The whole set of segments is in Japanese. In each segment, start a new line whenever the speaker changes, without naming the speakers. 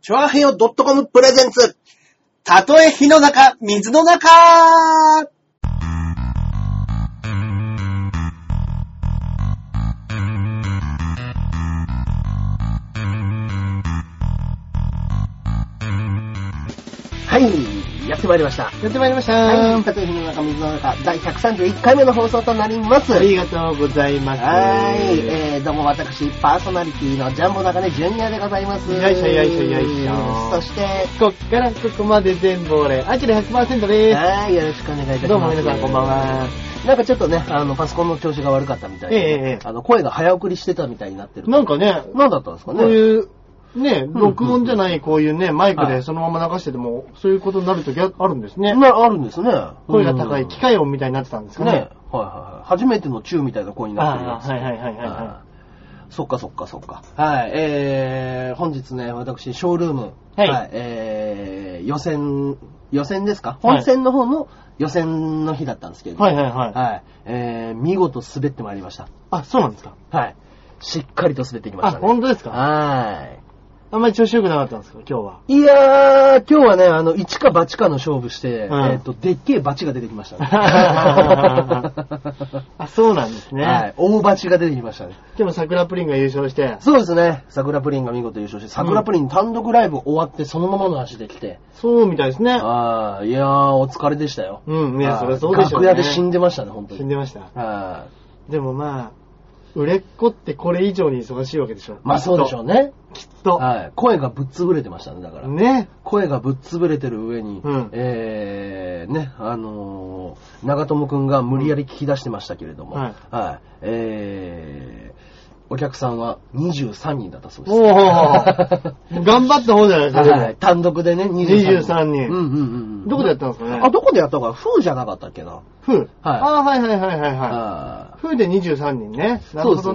チョアヘヨ .com プレゼンツ。たとえ火の中、水の中
はい、やってまいりました。
やってまいりました。
はい
たとえ火の中、水の中、第131回目の放送となります。
ありがとうございます。
はい、えー、どうも私、パーソナリティのジャンボ中根ジュニアでございます。
よいしょよいしょよいしょ
そして、
こっからここまで全部俺、アキラ100%でー
はい、よろしくお願いいたします。
どうも皆さんこんばんは。
なんかちょっとね、あの、パソコンの調子が悪かったみたいで、
ええええ
あの、声が早送りしてたみたいになってる。
す。なんかね、
なんだったんですか
こ
ね
ういう、ね、
ん
録音じゃないこういうね、マイク
は
で
い
そのまま流してても、そういうことになるときあるんですね。
なあるんですね。
声が高い機
機
械音みたいになってたんですか
ね。はいはい
ね。
はい。初めてのチューみたいな声になってるや
あ
つ
あ、はいはいはいはいは
はいそっかそっかそっか。はい、えー、本日ね、私、ショールーム、
はい
えー、予選、予選ですか
はい
本戦の方の予選の日だったんですけれ
い。
ども、
はいはいはい。
はい、えー、見事滑ってまいりました。
あ、そうなんですか。
はい。しっかりと滑ってきま
あ、
したね。
本当ですか
は
あんまり調子良くなかったんですか、今日は。
い。いやー、今日はね、あの、一か八かの勝負して、
うん
えっ、と、でっけえバチが出てきましたね。
あ、そうなんです ね。
はい。大バチが出てきましたね。
でも桜プリンが優勝して、
そうですね。桜プリンが見事優勝して、桜プリン単独ライブ終わってそのままの足で来て。
そうみたいですね。
ああ、いやー、お疲れでしたよ。
うん、い
あ
や、
ー
そりゃそうでしょ
楽
う、ね。
屋で死んでましたね、本当
死ん
に。
でました。
あー
でもまあ、売れっ子ってこれ以上に忙しいわけでしょ。
まあそうでしょうね。
きっと。
はい。声がぶっ潰れてましたね、だから。
ね。
声がぶっ潰れてる上に、
うん
えー、ね、あのー、長友くんが無理やり聞き出してましたけれども、
うんはい
えー、お客さんは23人だった そうです。
おお 頑張った方じゃないですか、でも
はい、単独でね、23人。う
23人
んうんうんうん。
どこでやったんですかね
あ、どこでやったか、風じゃなかったっけな。
ふう。ああ、はいはいはいはいは
あ
い。ふうで23人ね。
ー
なる
そ
ほどね。。
うです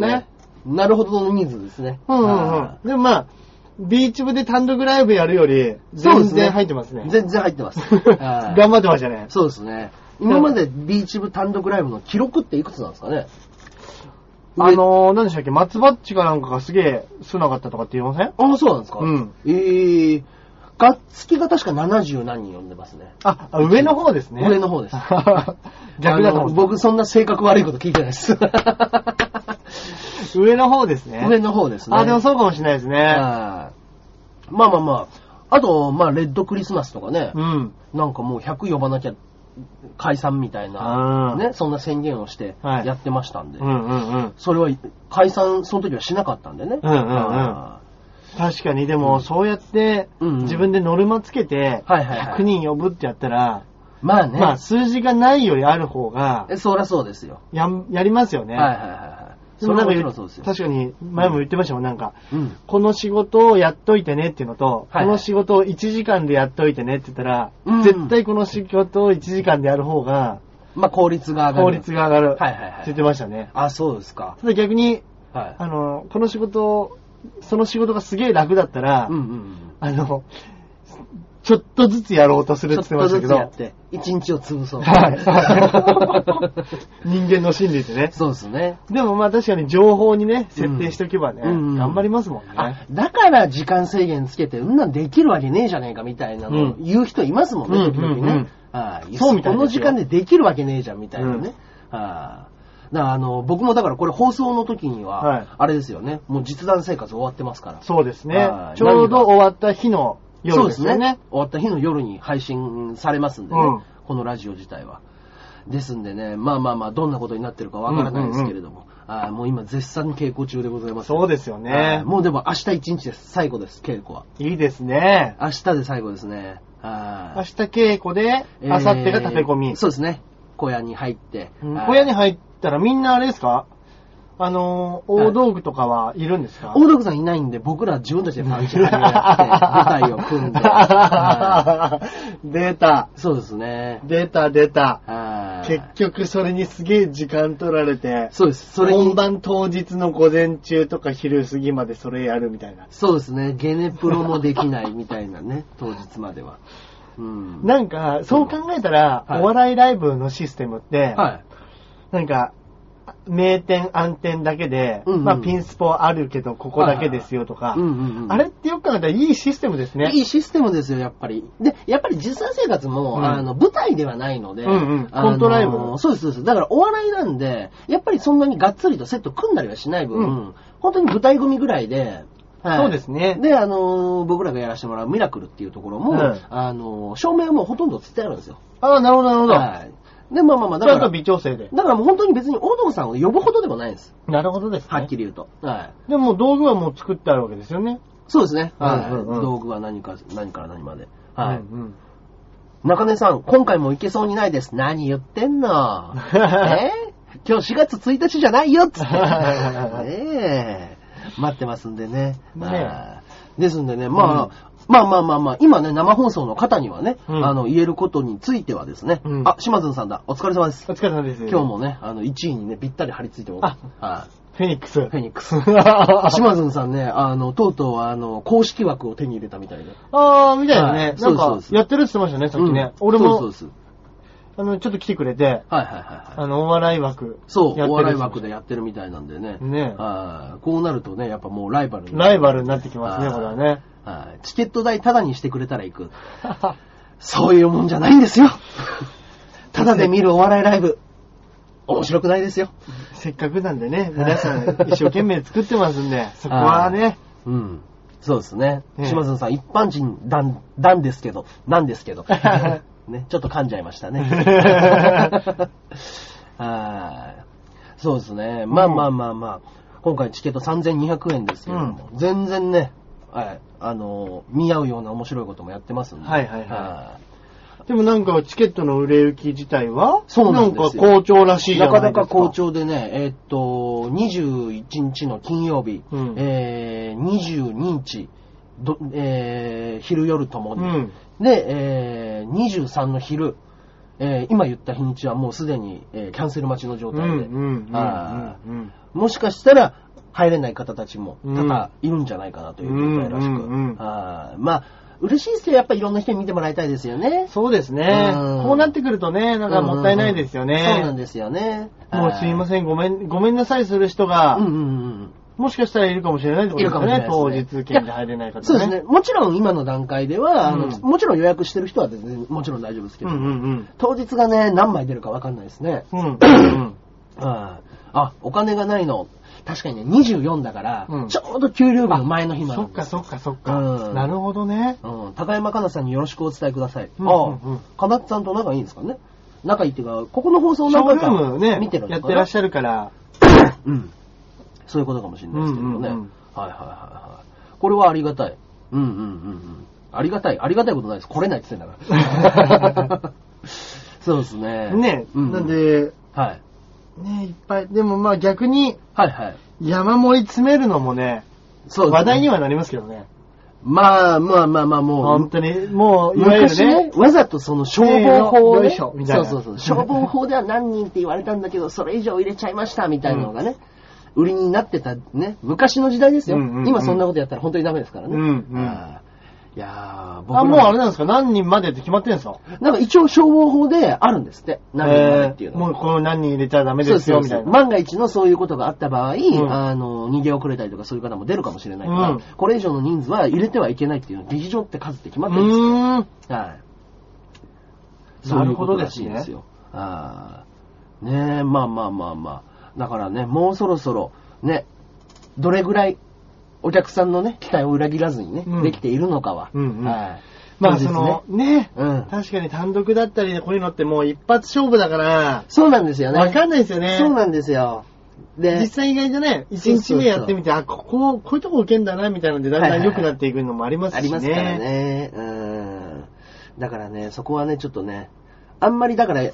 なるほどの人数ですね。
うんうんうん
あ。
でもまあ、ビーチ部で単独ライブやるより、
ーそうで
全
すね
然入ってますね。。
全然入ってます あー
頑張ってましたね。
そうですね。今までビーチ部単独ライブの記録っていくつなんですかね
あのー、何でしたっけ、松バッチかなんかがすげえ少なかったとかって言いません
ああ、そうなんですか
うん。
ええがっつきが確か70何人呼んでますね。
あ、あ上の方です ね。
上の方です。
逆だと
あの
思
僕そんな性格悪いこと聞いてない です。
う。上の方ですね。
上の方ですね。
あ、でもそうかもしれないですね。
はいまあまあまあ。あと、まあ、レッドクリスマスとかね、
うん。
なんかもう100呼ばなきゃ解散みたいな
あ、ー
ね、そんな宣言をして
はい
やってましたんで、
うんうんうん。
それは解散、その時はしなかったんでね。
うんうんうん
あ
確かに、でも、そうやって、
うんうん
自分でノルマつけて、
はいはいはい
100人呼ぶってやったら、
ーまあね、
まあ、数字がないよりある方が、
えそりゃそうですよ。
やん、やりますよね。
はいはいはいはい。
で
そ
も
れは
なんか
も
言
ち
う
ろんそうですよ。
確かに、前も言ってましたもん、なんか、
うん。
この仕事をやっといてねっていうのと、
はいはい
この仕事を1時間でやっといてねって言ったら、
うん
絶対この仕事を1時間でやる方が
まあ効率が上がる。
効率が上がるって
はいはいは
言っ
い。
てましたね。
あ、そうですか。
ただ逆に、
はい。
あの、この仕事を、その仕事がすげえ楽だったら、
うんうんうん。
あの、ちょっとずつやろうとす
ち
る
ょ
っ
って
言ってま
とず
したけ
つやっ
ど、
て、一日を潰そう。
はい。人間の心理って ね。
そうですね。
でもまあ確かに情報にね、設定しておけばね、
うんうん
頑張りますもんね。
あ、だから時間制限つけて、うんなんできるわけねえじゃねえかみたいなのを
うん
言う人いますもんね、
うん
時々
うんう
ね
ん。
ああ
そうみたいですよ
この時間でできるわけねえじゃんみたいなね。ああだからあの僕もだからこれ放送の時に
は、
はいあれですよね、もう実弾生活終わってますから。
そうですね
は。い
ちょうど終わった日の夜です
そう
よね。。
終わった日の夜に配信されますんでね、
うん
このラジオ自体は。ですんでね、まあまあまあ、どんなことになってるかわからないですけれども、あーもう今絶賛稽古中でございます。
そうですよ
はい
ね。
もうでも明日一日です。最後です、稽古は。
いいですね。
明日で最後ですね。
明
は
日稽古で、
い
明後日が食べ込
え
み
ー。そうですね。小屋に入って。
うん
はい
小屋に入ったらみんなあれですかあのー、大道具とかはいるんですか
大道具さんいないんで、僕ら自分たちでパンチ張りをやって、舞台を組 んで。はい
出た。
そうですね。
出た出た。
はい
結局それにすげえ時間取られて、
そうです。それに
本番当日の午前中とか昼過ぎまでそれやるみたいな。
そうですね。ゲネプロもできないみたいなね、当日までは。うん。
なんか、そう考えたら、
はい
お笑いライブのシステムって、
はい。
なんか、名店、暗店だけで、
うんうん
まあ、ピンスポあるけど、ここだけですよとか、
うんうんうん
あれってよく考えたらいいシステムですね。
いいシステムですよ、やっぱり。で、やっぱり実際生活も、
うん
あの、舞台ではないので、
うんうん
あの
コントライブ
そうです、そうです。だからお笑いなんで、やっぱりそんなにがっつりとセット組んだりはしない分、
うん
本当に舞台組ぐらいで、はい
そうですね
で、あのー僕らがやらせてもらうミラクルっていうところも、
うん
あのー照明はもうほとんどつってあるんですよ。
ああ、なるほど、なるほど。
はい。で、まあまあまあ、だ
ちゃ
か
んと
ら、
微調整で。
だからもう本当に別に大野さんを呼ぶほどでもないんです。
なるほどですね。
はっきり言うと。はい。
でも道具はもう作ってあるわけですよね。
そうですね。はい。
うんうんうん
道具は何か、何から何まで。はい。
うんうん
中根さん、今回も行けそうにないです。何言ってん のえー今日4月1日じゃないよっつって。 ねえ。待ってますんでね。
ねえ
はいですんでね、まあ、まあまあまあまあ、今ね、生放送の方にはね、
うん
あの、言えることについてはですね、
うん
あ、島津さんだ、お疲れ様です
お。疲れ様です。
今日。もね、あの、1位にね、ぴったり張り付いてます。はい
フェニックス。
フェニック ス。 島津さんね、あの、とうとう、あの、公式枠を手に入れたみたいで。
ああ、みたいな
は
ね
い。
なん
そうで
か
す、そうです
やってるって言ってましたね、さっきね。
うん
俺
そう
も
で、すそうです。
あの、ちょっと来てくれて、
はいはいはいはい。
あの、お笑い枠。
そう、
やってる
お笑い枠でやってるみたいなんでね。
ね
はいこうなるとね、やっぱもうライバルに
ライバルになってきますね、
はい
これはね。
はいチケット代タダにしてくれたら行く。そういうもんじゃないんです よ。タダで見るお笑いライブ。面白くないですよ。
せっかくなんでね、皆さん一生懸命作ってますん で、そこはね、
うん。そうですね。
ええ
島津さん、一般人なん、なんですけど、なんです けど。ね、ちょっと噛んじゃいましたね。はい。そうですね。まあまあまあまあ、今回チケット3200円ですけれども、全然ね、はい、あのー見合うような面白いこともやってますんで。
はいはいはいでもなんかチケットの売れ行き自体は、
そうなんですよ
か好調らしいじゃ
な
な
か
いですか。
なか好。調でね、えーっと、21日の金曜日、
うん
えー22日、どえー昼夜ともに、
うん
で、えー23の昼、えー今言った日にちはもうすでに、えーキャンセル待ちの状
うん
態
う
で、
んうんうん
あー
うん。
もしかしたら入れない方たちも
う
多
ん
々いるんじゃないかなという状態らしく、
うんうんうん
あーまあ、嬉しいですよ、やっぱりいろんな人に見てもらいたいですよね。
そうですね。
うん
こうなってくるとね、なんかもったいないですよね。
そうなんですよね。
もうすいま
ん。
せん、ごめん、ごめんなさいする人が、
うんうんうん。
もしかしたらいるかもしれないってこと
いる
です
か
よ
もしれない
ね。
です
当
ね
日券で入れない方ね。
そうですね。。もちろん今の段階では、あの
うん
もちろん予約してる人は全然もちろん大丈夫ですけ
う
ど、
んうん
当日がね、何枚出るかわかんないですね。
うん。うん。
ああ、お金がないの。確かにね、24だから、
うん
ちょうど給料日の前の日な
そ
の
っ。かそっかそっか。
うん
なるほどね。
うん、高山かなさんによろしくお伝えください。
うんうんうん
ああ、かなっさんと仲いいんですかね仲いいっていうか、ここの放
ショ
送
ー
何回
ルー
か
ムね、
見てる
やってらっし
ゃ
ゃるから、
る。うん。そういうことかもしれないですけどね。
うんうんうん
はいはいはいはい。これはありがたい。うんうんうんうん。ありがたい。ありがたいことないです。来れないって言ってんだ から。そうですね。
ね、
う
なん、で、
はい。
ね、いっぱい。でもまあ逆に、
はいはい。
山盛り詰めるのもね、
そうですね
話題にはなりますけどね。
まあまあまあまあ、もう、
本当に、もう、いわゆる
昔ね
ね、、
わざとその消防法を、
せーのよ
ね、
いしょみたいな
そうそうそう。消防法では何人って言われたんだけど、それ以上入れちゃいました、みたいなのがね、売りになってたね、昔の時代ですよ、
うんうんうん
今そんなことやったら本当にダメですからね。
うんうん
あーいやー、僕
あ、もうあれ
な
なんですか何人までって決まってるんですか
なんか一応消防法であるんですって。何人までっていうの
えー
は。
もうこの何人入れちゃダメですよ、みたいな。
万が一のそういうことがあった場合、
ん
あの、逃げ遅れたりとかそういう方も出るかもしれないから、
うん
これ以上の人数は入れてはいけないっていうの、劇場って数って決まってるんですよ
うーん。
はい。
な
そう
るほど
いうことら
で
し
す
い
ね
んですよ。ああ。ねえ、まあまあまあまあ。だからね、もうそろそろ、ね、どれぐらいお客さんのね、期待を裏切らずにね、
うん
できているのかは。
うんうん
はい。
まあ
そうです
そ
ね
の、ね、
うん
確かに単独だったりでこういうのってもう一発勝負だから、
そうなんですよね。
わかんないですよね。
そうなんですよ。
実
で、
際意外とね、一日目やってみて、あ、ここ、こういうとこ受けんだな、みたいなので、だん
はい
だ
は
ん
いは
良
い
くなっていくのもありますしね。
ありますから。ね。うん。だからね、そこはね、ちょっとね、あんまりだから、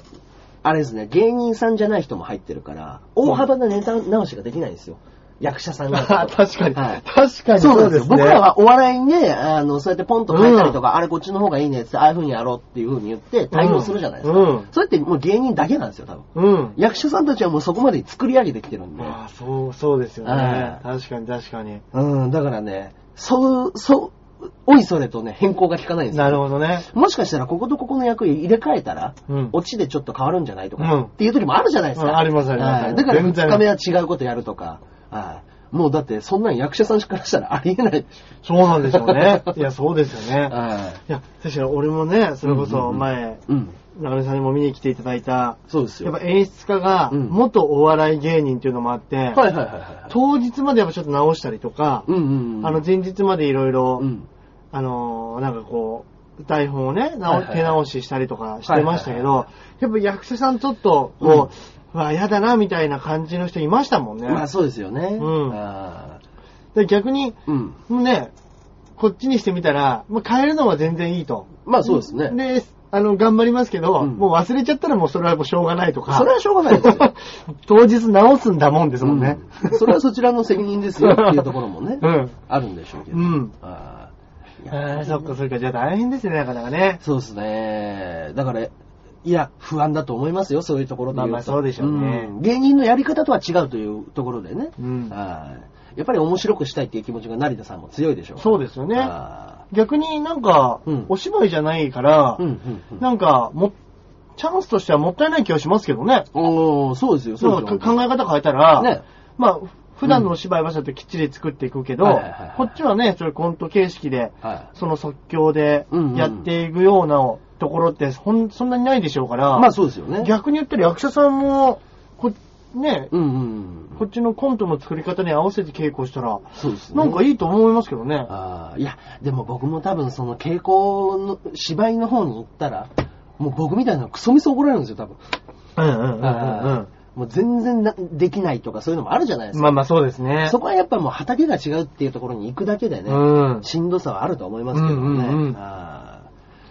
あれですね、芸人さんじゃない人も入ってるから、大幅なネタ直しができないんですよ。役者さんが。
あ 確かに、
はい
確かに
そう
そ
なん
う
で
です
よ。
すね。
僕ら、はお笑いにね、あの、そうやってポンと変えたりとか、あれこっちの方がいいねって、ああいう風にやろうっていう風に言って対応するじゃないですか。
うんうん
それってもう芸人だけなんですよ、多分。
うん。
役者さんたちはもうそこまで作り上げてきてるんで。
ああ、そう、そうですよ
は
ね
い。
確かに確かに。
うん、だからね、そう、そう、おいそれとね、変更が効かないんですよ。
なるほどね。
もしかしたら、こことここの役入れ替えたら、
うん。
オチでちょっと変わるんじゃないとか、
うん
っていう時もあるじゃないですか。
うんありますあります
はいだから、
全然
2日目は違うことやるとか、はいもうだって、そんなん役者さんからしたらありえないでし
そうなんでしょうね。いや、そうですよ
ょ。
ね。
はい
や、確かに俺もね、それ
う
こ
んうん
そ
うん
前、
いうん。
中根さんにも見に来ていただいた、
そうです
やっ
よ。
ぱ演出家が、
うん
元お笑い芸人っていうのもあって、
はいはいはいはい。
当日までやっぱちょっと直したりとか、
うんうんうん。
あの前日までいろいろ
う、ん。
あのーなんかこう、台本をね、
はい
直
はい
手直ししたりとかしてましたけど
は、
やっぱ役者さんちょっと、こう、うわ、やだな、みたいな感じの人いましたもんね。
まあそうですよね。
うん
あ
で逆に、
ーうん。
ね、こっちにしてみたら、まあ、変えるのは全然いいと。
まあそうですね。
で、あの、頑張りますけど、
うん
もう忘れちゃったらもうそれはもうしょうがないとか。
それはしょうがないですよ。
当日直すんだもんですもんね。
うんそれはそちらの責任ですよっていうところもね
う、ん。
あるんでしょうけど。
うん。
あーい
あ
や
ーそっかそっか。じゃあ大変ですね、なかなかね。
そうですね。だから、いや、不安だと思いますよ、そういうところで言と
まあまあそうでしょうね
ん芸人のやり方とは違うというところでね。
うん
はいやっぱり面白くしたいっていう気持ちが成田さんも強いでしょう
そうですよね
あ
逆になんか、
うん
お芝居じゃないから、
ーうんうんうん。
なんか、も、チャンスとしてはもったいない気がしますけどね。
おーそうですよ、そう
そ
で
う
すよ。
考え方変えたら、
ね。
まあ、普段のお芝居場所ってきっちり作っていくけど、
はいはいはいはい
こっちはね、それコント形式で、
はい。
その即興で
うんうん
やっていくようなところってほんそんなにないでしょうから、
まあそうですよね。
逆に言ったら役者さんも、こね、
うんうんう
こ
ん。
っちのコントの作り方に合わせて稽古したら、
そうですね。
なんかいいと思いますけどね。
ああ、いや、でも僕も多分その傾向の芝居の方に行ったら、もう僕みたいなクソみそ怒られるんですよ、多分。
うんうんうんうんうん
あーもう全然なできないとかそういうのもあるじゃないですか。
まあまあそうですね。
そこはやっぱもう畑が違うっていうところに行くだけでね、
うん。
しんどさはあると思いますけどね。
うんうんうん
あー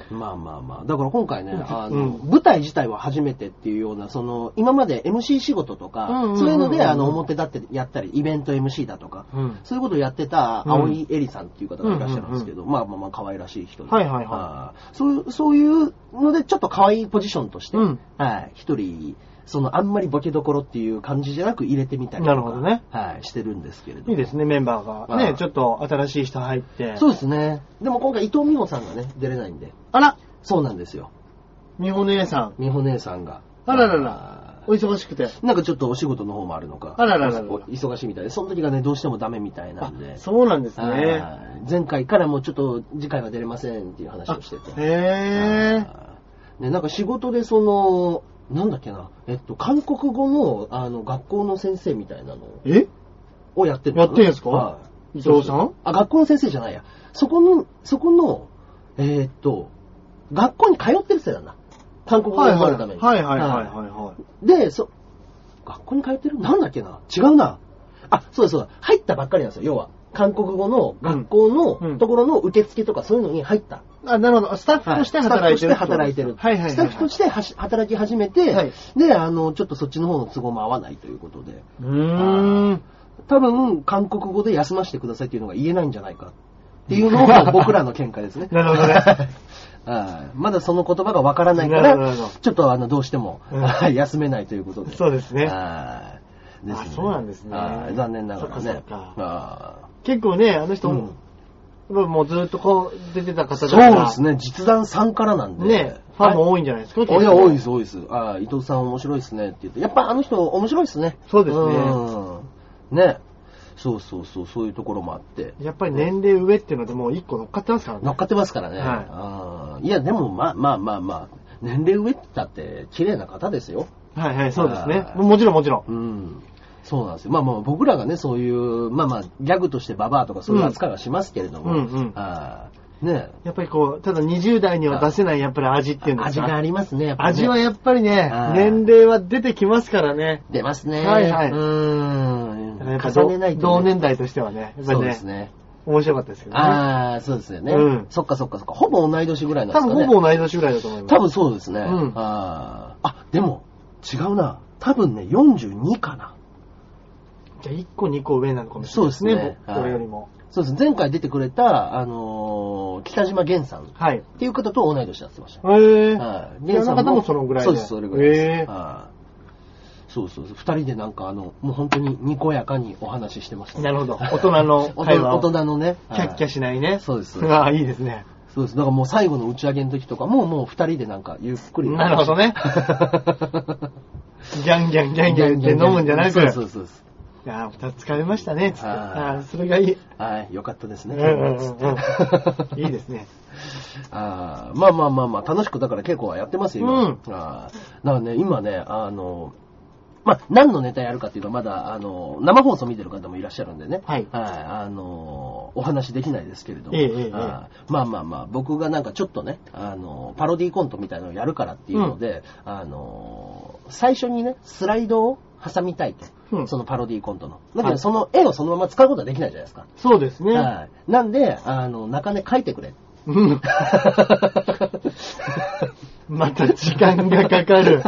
まあまあまあ。だから今回ね、あ
う
の、
ん
舞台自体は初めてっていうような、その、今まで MC 仕事とか、
うんうんうんうん
そういうので、あの、表立ってやったり、イベント MC だとか、
うん
そういうことをやってた青井恵里さんっていう方がいらっしゃるんですけど、まあまあまあ可愛らしい人で。
はいはいはい
あーそういう、そういうので、ちょっと可愛いポジションとして、
うん
はい、一人、そのあんまりボケどころっていう感じじゃなく入れてみたりとか、
なるほどね
はい、してるんですけれども。
いいですね、メンバーが。
あ
ね、
ー
ちょっと新しい人入って。
そうですね。でも今回伊藤美穂さんがね、出れないんで。
あら、
そうなんですよ。
美穂姉さん。
美穂姉さんが。
あららら、お忙しくて。
なんかちょっとお仕事の方もあるのか。
あらららら
お忙しいみたいで。その時がね、どうしてもダメみたいな
あ
んで。
そうなんですね。
はい前回からもうちょっと次回は出れませんっていう話をしてて。
へえ。
はいね、なんか仕事でその、なんだっけな、えっと、韓国語の、あの、学校の先生みたいなの
え
をやってるの
やってんすか
はい
伊藤さん
そうそうあ、学校の先生じゃないや。そこの、そこの、えーっと、学校に通ってる人なんだ。韓国語を
はいは
覚え
い
るた
はい
めに。
はいはいは
はいで、そ、学校に通ってるなんだっけな違うな。あ、そうだそうだ。入ったばっかりなんですよ、要は。韓国語の学校
うんう
の
ん
ところの受付とかそういうのに入った。
い。あ、なるほど。スタッフとして働いてる。
スタッフとして働いてる。
はいはいはいはい。
スタッフとしてはし働き始めて、
はい
で、あの、ちょっとそっちの方の都合も合わないということで、
うーん。
多分、韓国語で休ませてくださいっていうのが言えないんじゃないかっていうのが僕らの見解ですね。
なるほどね。
はいまだその言葉がわからないか
なるほどな
ら
るほど、
ちょっとあの、どうしても、
うん
はい 休めないということで。
そうですね。
はいですね
あそうなんですね
はい残念ながら
そっかそ
ね
っ。か
あ
結構ね、あの
ー
人
う
も
ん、
もうずっとこう出てた
そ
方
う
だから。
ですね、実弾さんからなんで。
ね、ファンも多いんじゃないですか。。
いや、多いですす、多いです。ああ、伊藤さん面白いですねって言って。やっぱあの人面白いですね。
そうですね
うん。ね。そうそうそう、そういうところもあって。
やっぱり年齢上っていうのでもう一個乗っかってますからね。
乗っかってますからね。
はい
うんいや、でもまあまあまあまあ、年齢上って言ったって綺麗な方ですよ。
はいはい、そうですね
は。い
ももちろんもちろ
う
ん。
ん。そうなんですよ。まあまあ僕らがね、そういう、まあまあ、ギャグとしてババアとかそういう扱いはしますけれども。
うんうんうん
ああね
やっぱりこう、ただ20代には出せないやっぱり味っていうんです
味
か。
がありますね、やっぱりね
味はやっぱりね
あ、ー
年齢は出てきますからね。
出ますね。
はいはいうだからやっぱ
ん。重ねないとね、
同年代としてはね、やっぱ
そう
り
で
ね
す、ね。
面白かったですけどね。
ああ、そうですよね。
うん
そっかそっかそっか。ほぼ同い年ぐらいなんで
多
すかね。
分ほぼ同い年ぐらいだと思います。
多分そうですね。
うん
あーあ、でも、違うな。多分ね、42かな。
じゃあ1個2個上なのかもしれ
そう
な
で
いですす
ね
ね、
はい
僕俺よりも。
そうです。前回出てくれた、あのー北島源さんっ
はい。へ
ていう方と同い年だって言ってました。
ぇー。
はい
いろんな
さん
方もそのぐらいで
そうです、それぐらいです。
へー
はそうそうそう。二人でなんかあの、もう本当ににこやかにお話ししてました。
なるほど大人の
大
会
人
話を
大人のね。
キャッキャ
し
しないね。
そうです
ああ、いいですね。
そうです。だからもう最後の打ち上げの時とかも、もう二人でなんかゆっくり。
なるほど ねギャンギャンギャンギャン言って飲むんじゃなく、
そうそ
あ
うそうそう。
あ、二つ買いましたね、つって。
はい
ああ、それがいい。
はい、よかったです
う
ね。
んうんうんうん。いいですね。
あーまあまあまあまあ、楽しくだから稽古はやってますよ、今。
うん
あーだからね、今ね、あの、まあ、何のネタやるかっていうのはまだ、あの、生放送見てる方もいらっしゃるんでね。
はい
あの、お話できないですけれども。
ええええ
あーまあまあまあ、僕がなんかちょっとね、あの、パロディコントみたいなのをやるからっていうので、あの、最初にね、スライドを挟みたいと。
うん
そのパロディコントの。だけ
は
ど、
い
その絵をそのまま使うことはできないじゃないですか。
そうですね。
はい。なんで、あの、中根書いてくれって
うんまた時間がかかる。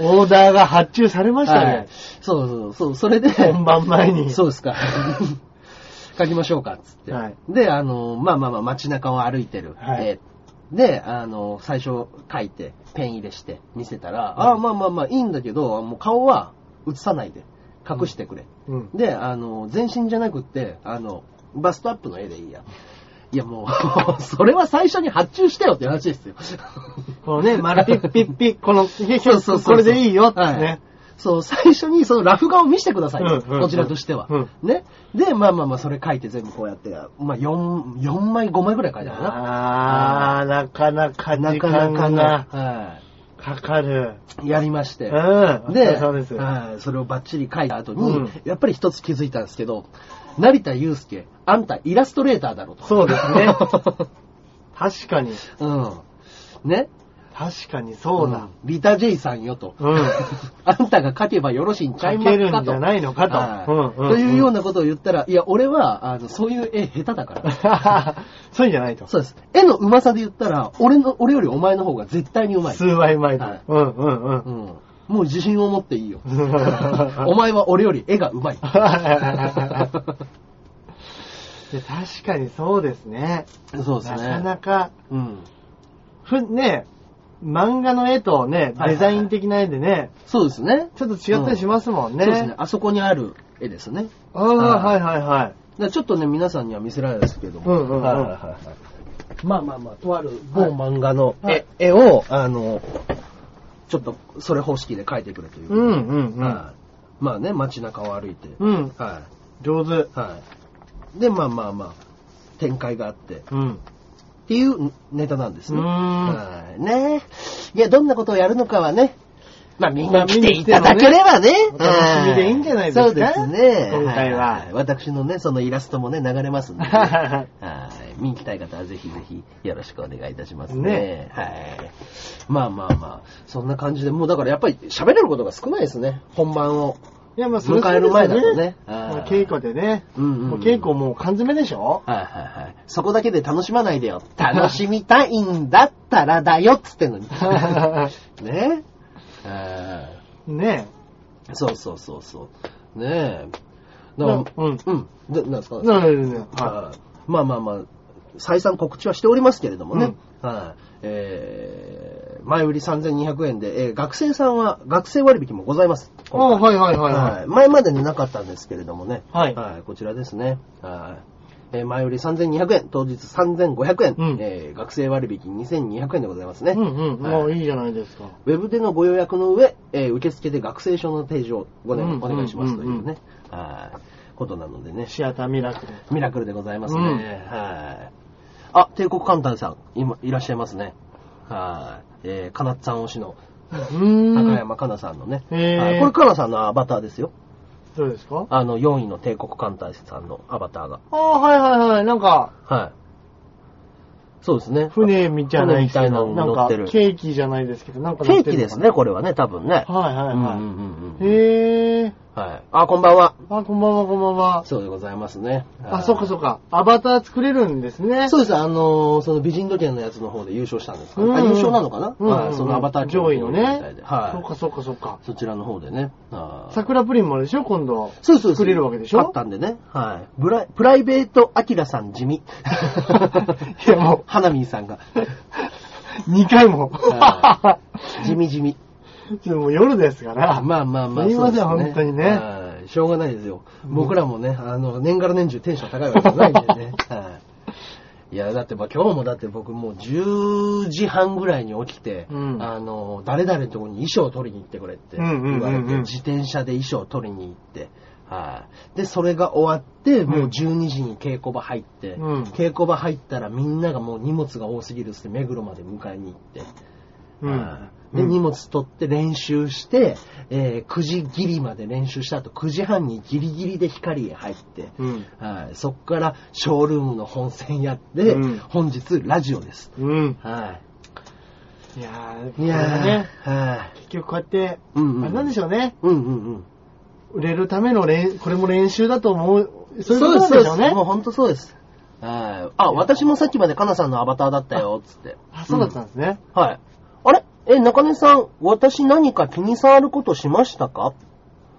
オーダーが発注されました
はい
ね。。
そうそうそう、それで、
本番前に。
そう ですか。書きましょうか、つって。
はい
で、あの、まあまあまあ、街中を歩いてる。
はい
えーで、あの、最初書いて、ペン入れして、見せたら、ああ、まあまあまあ、いいんだけど、もう顔は映さないで、隠してくれ。
うん。
で、あの、全身じゃなくって、あの、バストアップの絵でいいや。いや、もう、 それは最初に発注してよって話ですよ。
このね、丸ピッピッピッ、この、
そうそうそうそう
これでいいよって
はい
ね。
そう、最初にそのラフ画を見せてくださいと、
うんうん
こちらとしては、
うん
ね。で、まあまあまあ、それ書いて全部こうやって、まあ4、4枚、5枚ぐらい書いたかな。
ああ、なかなか
な
時
かな
間
かね
が
は
かかる。
い。やりまして。
うん。お疲
で、
れ様です。
はい、それをバッチリ書いた後に、
うん
やっぱり一つ気づいたんですけど、成田悠介、あんたイラストレーターだろと。
そうです ね。確かに、
うん。ね。
確かにそうだ。
んビタ J さんよと。
う ん
あんたが書けばよろしいんちゃいますかと。
書けるんじゃないのかと
はい
うんうんうん
というようなことを言ったら、いや、俺は、あの、そういう絵下手だから。
そういうんじゃないと。
そうです。絵の上手さで言ったら、俺の、俺よりお前の方が絶対に上手
数
い。
倍前だ。
はい
うんうんうん。
う。ん。もう自信を持っていいよお前は俺より絵が 上手い。
で確かにそうですね。
そうですね。
なかなか、
うん。
ふ、ね、漫画の絵とね、
はいはいはい
デザイン的な絵でね、
そうですね。
ちょっと違ったりしますもんね。
そうですね。あそこにある絵ですね。
ああ、はいはいはい。
だからちょっとね、皆さんには見せられないですけども。
うんうんうん
はいはいはいまあまあまあ、とある某漫画の絵,、
はい
絵を、あの、ちょっとそれ方式で描いてくれという。
うんうんうん
はいまあね、街中を歩いて。
うん。
は
上手。
い。はい。で、まあまあまあ、展開があって。っ
うん。
ていうネタなんですね。
うーん
はい。ねいや、どんなことをやるのかはね、まあみん
ま
な
あ
来ていただければね。
お楽しみでいいんじゃないですか
そうですね。
今回はい
いい私のね、そのイラストもね、流れますんでね、
は
はい。見に来たい方はぜひぜひよろしくお願いいたします
ね
ね。はい。まあまあまあ、そんな感じで、もうだからやっぱり喋れることが少ないですね。本番を。
いや、まあ、それ
迎える前だと
そうで
ね
す。
あー
まあ稽古でね。
うんうんうん
もう稽古もう缶詰でしょ
はいはいはい。そこだけで楽しまないで よ。楽しみたいんだったらだよっつってんのに。 ねあ
ね
ーそうそうそうそう。ねえ。
なうん
うん。でなんですか
え。なるほどね。は
はいまあまあまあ、再三告知はしておりますけれどもね。
うん
はい。えー、前売り3200円で、えー学生さんは、学生割引もございます。
い。ああ、はいはいはい
は。
はい
前までになかったんですけれどもね。
はい
こちらですね。はい。えー前売り3200円、当日3500円、
うん
えー学生割引2200円でございます
い。
ね。
うんうん。
はい
もういいじゃないですか。
ウェブでのご予約の上、えー受付で学生証の提示をご、ね
うん
お願いしますという
うんうん
ね、はいことなのでね、
シアターミラクル。
ミラクルでございますね。
うん
はい。あ、帝国艦隊さん、今、いらっしゃいますね。はい。えー、かなっさん推しの、
う
高
ーん。
山かなさんのね。
へー
はいこれかなさんのアバターですよ。
どうですか
あの、4位の帝国艦隊さんのアバターが。
ああ、はいはいはい。なんか、
はい。そうですね。
船みたいな
船みたいなのに
なん
乗っ
か
てる。、ケ
ケーキじゃないですけど、なんか乗
ー
って
キ
るの
で
か
す
な
ね、。これはね、多分ね。
はいはいは
う
い。
んうんうんうん
へえ。
はい。あ、こんばんは。
あ、こんばんは、こんばんは。
そうでございますね。
あ、そっかそ
っ
っか。アバター作れるんですね。
そうです。あのーその美人時計のやつの方で優勝したんですか、
うんうん
あ、優勝なのかな、
うんうん
はい。そのアバター機
上位のね
みたいで。。
そ
は
っかそっかそっか
い。。そちらの方でね。あー
桜プリンもあるでしょ今度。
そうですそうです。
作れるわけでしょ
勝ったんでね。はい。ブラプライベートアキラさん地 味。
いや もう
花見さんが。
2回も。
は地味地味。
ちょっともう夜ですから。
まあまあまあ。
すいません
そうです
本当にね
はいしょうがないですよ。僕らもね、あの、年がら年中テンション高いわけじゃないんで ね。はい。いや、だって、まあ今日もだって僕もう10時半ぐらいに起きて、
うん
あの、誰々のところに衣装を取りに行ってくれって
うんうんうんうん
言われて、自転車で衣装を取りに行って、はい。で、それが終わって、もう12時に稽古場入って、
うん
稽古場入ったらみんながもう荷物が多すぎるっつって目黒まで迎えに行って、
うん。
で、荷物取って練習して、えー9時ギリまで練習した後、9時半にギリギリで光へ入って、
うん。
はい、そっからショールームの本戦やって、
うん
本日ラジオです。
うん。
はい
や
い。
ー、
い
いや
やー、
ね、
はい。
結局こうやって、
うんうん
あれなんでしょうね。
うんうんうん。
売れるための練、これも練習だと思う。そういうことな
そうです
んでしょう
そう
ね
です。もう。本当そうです。はい。あ、私もさっきまでかなさんのアバターだったよ、つって。
あ、そうだったんですね。
はい。あれえ、中根さん、私何か気に障ることしましたか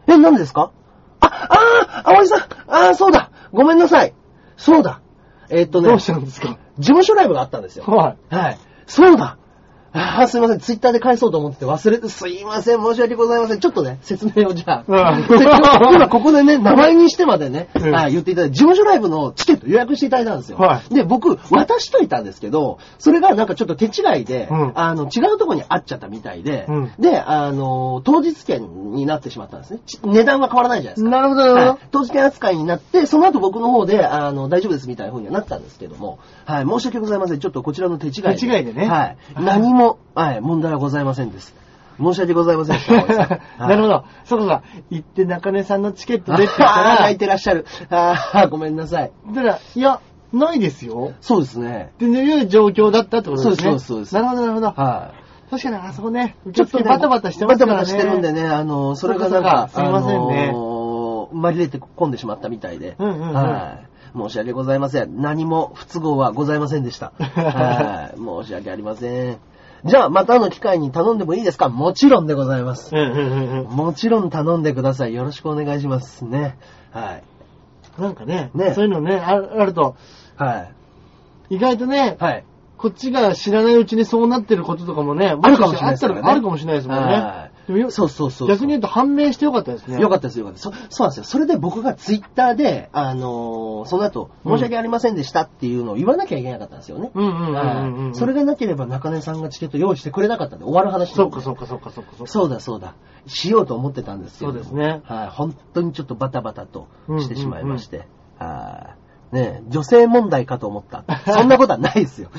え、何ですかあ、あー、葵さん、あー、そうだ、ごめんなさい。そうだ。えーっと
ど
ね、
うし
事
たんですか
務所ライブがあったんですよ。
はい。
はい。そうだ。あーすいません。ツイッターで返そうと思ってて忘れて、すいません。申し訳ございません。ちょっとね、説明をじゃあ。
うん
せっかく今ここでね、名前にしてまでね、
うん
はい、言っていただいて、事務所ライブのチケット予約していただいたんですよ。
は
で、僕、渡しといたんですけど、それがなんかちょっと手違いで、
うん
あの、違うとこにあっちゃったみたいで、
うん
で、あの、当日券になってしまったんですね。ち値段は変わらないじゃないですか。
なるほど、なる
は
ほ
い当事件扱いになって、その後僕の方で、あの、大丈夫ですみたいな風にはなったんですけども、はい、申し訳ございません。ちょっとこちらの手違いで。
手違いでね
はい。何も、はい、問題はございませんです。申し訳ございませんでし
ど。
た。
なるほ
ど。
ど。そうか、行って中根さんのチケット
あ
でって言った
あー、
ら、
泣いてらっしゃる。ああ、ごめんなさい。
だから、いや、ないですよ。
そうですね。
っていう状況だったってことですね。
そうですそうです
なるほど、なるほど。
は
確かにあそこね、
い。
ちょっとバタバタしてますからね。
バタバタしてるんでね、あの、それがなんか、
そうかそうかすいませんね
あのー紛れて込んでしまったみたいで。
うんうんうん
はい。申し訳ございません。何も不都合はございませんで した。はい。申し訳ありません。じゃあ、またの機会に頼んでもいいですかもちろんでございます。
うんうんうんう
もちろん頼んでください。よろしくお願いしますね。はい。
ん。なんかね、
ね
そういうのね、ああると、
はい。
意外とね、
はい。
こっちが知らないうちにそうなってることとかもね、
あるかもしれない
あ
で
っ
すか
た
らね
らあるかもしれないですもん
は
ね。
い
でもよ
そうそうそうそう。
逆に言うと判明してよかったですね。
よかったですよかったです。そそうなんですよ。それで僕がツイッターで、あのーその後、
うん
申し訳ありませんでしたっていうのを言わなきゃいけなかったんですよね。
うんうんうんうんうん
はいそれがなければ中根さんがチケット用意してくれなかったんで終わる話
そうか
う
そうかそうかそうかそうか。
そうだそうだ。しようと思ってたんですけど。
そうですね
はい。本当にちょっとバタバタとしてしまいまして。はい。ねえ女性問題かと思った。そんなことはないです よ。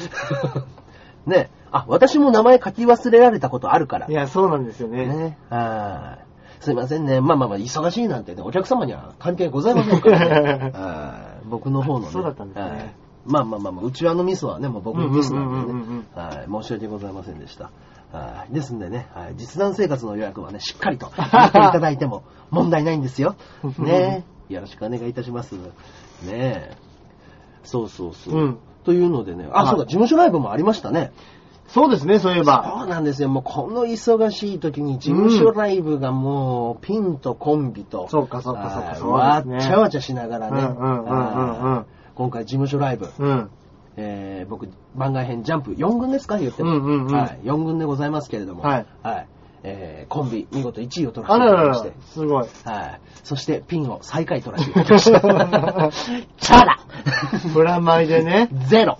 ねえあ、私も名前書き忘れられたことあるから
い。や、そうなんですよね。
ね。はい。すいませんね。まあまあまあ、忙しいなんてね、お客様には関係ございませんから ねはい。僕の方のね。
そうだったんですね
はいまあまあまあまあ、うちわのミスはね、もう僕のミスなんで
うんうんうんうん
ね。はい。申し訳ございませんでした。はい。ですんでね、はい、実弾生活の予約はね、しっかり と入れていただいても問題ないんですよ。ね。よろしくお願いいたします。ねえ。そうそうそう。
うん
というのでね、あ、
はい
そうだ、事務所ライブもありましたね。
そうですね、そういえば。
そうなんですよ。もうこの忙しい時に事務所ライブがもうピンとコンビと、
そうかそうかそうか
はい
そうです
わっち
ね
ゃわちゃしながらね、
うんうんうんうんうん
はい今回事務所ライブ、
うん。
えー僕番外編ジャンプ4軍ですか言っても、
うんうんうん
はい、4軍でございますけれども、
はい
えーコンビ見事1位を取ら
あ
せてい
ら
ただきま
ら
し
ら
て、、
すごい。
はい、そしてピンを最下位取らせていただきました。 チャラ
プラマイでね、
ゼロ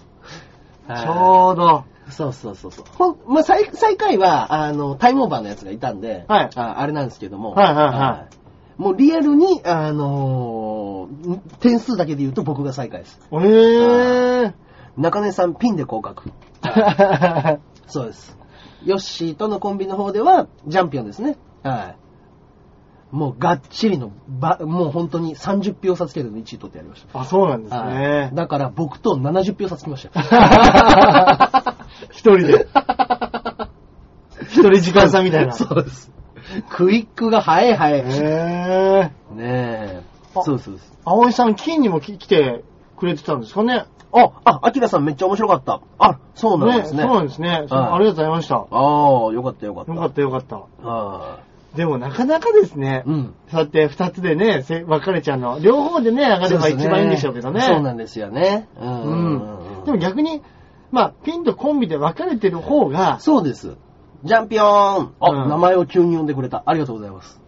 ちょうど。
そうそうそうそう。ほん、まあ、最、最下位は、あの、タイムオーバーのやつがいたんで、
はい
ああれなんですけども、
はいはいはい
いもうリアルに、あのーん点数だけで言うと僕が最下位です。
えー。
中根さんピンで降格。そうです。ヨッシーとのコンビの方では、ジャンピオンですね。はい。もうがっちりの、ば、もう本当に30票差つけるの1位取ってやりました。
あ、そうなんです
はい
ね。
だから僕と70票差つきましたよ。
一人 で。一人時間差みたいな。
そうです。クイックが早い早い。
へえ。
ねえ。
あ
そうそうです。
葵さん、金にもき来てくれてたんですかね。
あ、あ、アキラさんめっちゃ面白かった。あ、そうなんですね。
そうなんですね。そうありがとうございました。よ
ああ、よかったよかった。
かったよかった。
あ
でもなかなかですね
ー。うん。
そうやって二つでね、せ別れちゃうの。両方でね、上がれば一番いいんでしょうけどね。
そうなんですよね。うん。
うん。でも逆に、まあ、ピンとコンビで分かれてる方が、
そうです。ジャンピオーン
あ
名前を急に呼んでくれた。ありがとうございます。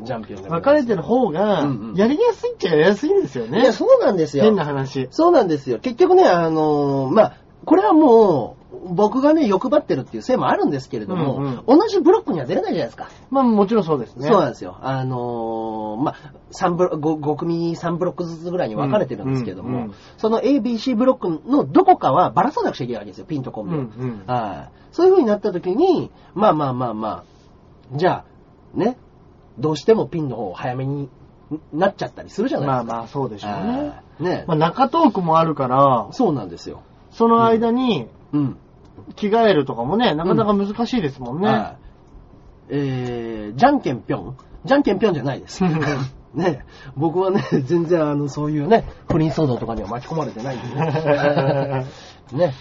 ジャンピオンでございます
別れてる方が
うんうん、
やりやすいっちゃやりやすいんですよ
いや、
ね。
そうなんですよ。
変な話。
そうなんですよ。結局ね、あのーまあ、これはもう、僕がね、欲張ってるっていうせいもあるんですけれども、
うん
同じブロックには出れないじゃないですか。
まあもちろんそうですね。
そうなんですよ。あのーまあ、三ブロ 5, 組3ブロックずつぐらいに分かれてるんですけども、
うんうんうん
その ABC ブロックのどこかはばらさなくちゃいけないわけですよ、ピンとコンビを。
うんうん
はい。そういう風になった時に、まあまあまあまあ、じゃあ、ね、どうしてもピンの方を早めになっちゃったりするじゃない
ま
で
あ
すか。
まあそうでしょうね。
あーね
まあ中トークもあるから、
そうなんですよ。
その間に
うん。
着替えるとかもね、なかなか難しいですもんね。
はいえー、じゃんけんぴょんじゃんけんぴょんじゃない です。ね、僕はね、全然あの、そういうね、不倫騒動とかには巻き込まれてない んで。ね。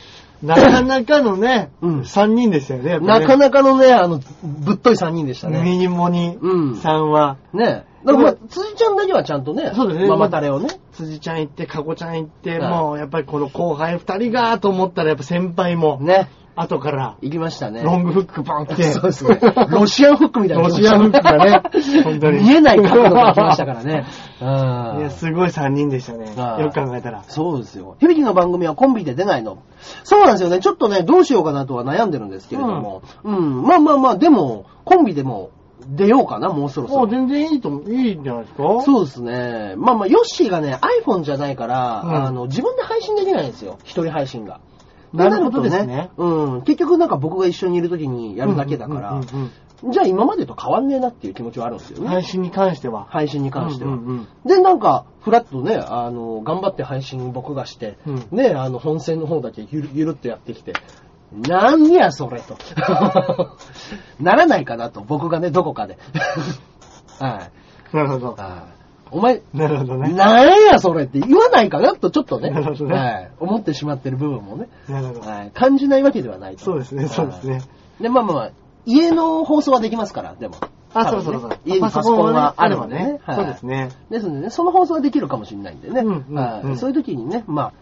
なかなかのね、
うん
3人ですよね。やっぱ
な
ね
かなかのね、あの、ぶっとい3人でしたね。
ミニモニ
うん
さんは、
ね。だからまあ、辻ちゃんだけはちゃんとね、
そうですね
ママタレをね。
辻ちゃん行って、かこちゃん行って、
はい
もうやっぱりこの後輩2人がと思ったら、やっぱ先輩も、
ね。
後から、
行きましたね。
ロングフックバンって、
そうですね。ロシアンフックみたいな。
ロシアンフックがね本当に
見えない角度が来ましたから ね。うん。
いや、すごい3人でしたね。
はい
よく考えたら。
そうですよ。響きの番組はコンビで出ないの。そうなんですよね。ちょっとね、どうしようかなとは悩んでるんですけれども。うん。まあまあまあ、でも、コンビでも出ようかな、もうそろそ
もう
ろ。
全然いいと思う、いいんじゃないですかう。
そうですね。まあまあ、ヨッシーがね、iPhone じゃないから、
うん
あの、自分で配信できないんですよ。一人配信が。
なる
と
ほど
と
ですね。
うん。結局なんか僕が一緒にいる時にやるだけだか
うん
ら
うん、うん
じゃあ今までと変わんねえなっていう気持ちはあるんですよ
うん
ね。
配信に関しては。
配信に関しては。
うんうんうん
で、なんか、フラッとね、あの、頑張って配信僕がして、
うん
ね、あの、本線の方だけゆるゆるっとやってきて、なんやそれ と。ならないかなと、僕がね、どこか で。はい。
なるほど。
はいお前、
なるほどね。
なんやそれって言わないかなと、ちょっとね
なるほどね
はい、思ってしまってる部分もね、
なるほど。
はい、感じないわけではないと。
そうですね、そうです
はい
ね。
で、まあまあまあ、家の放送はできますから、でも。
あ、
多
そ
分
う
ね
そうそう。
家にパソコンがあれば
パソコンが
ね。はい
そうですね。
ですのでね、その放送はできるかもしれないんでね。
うんうんうん
はいそういう時にね、まあ、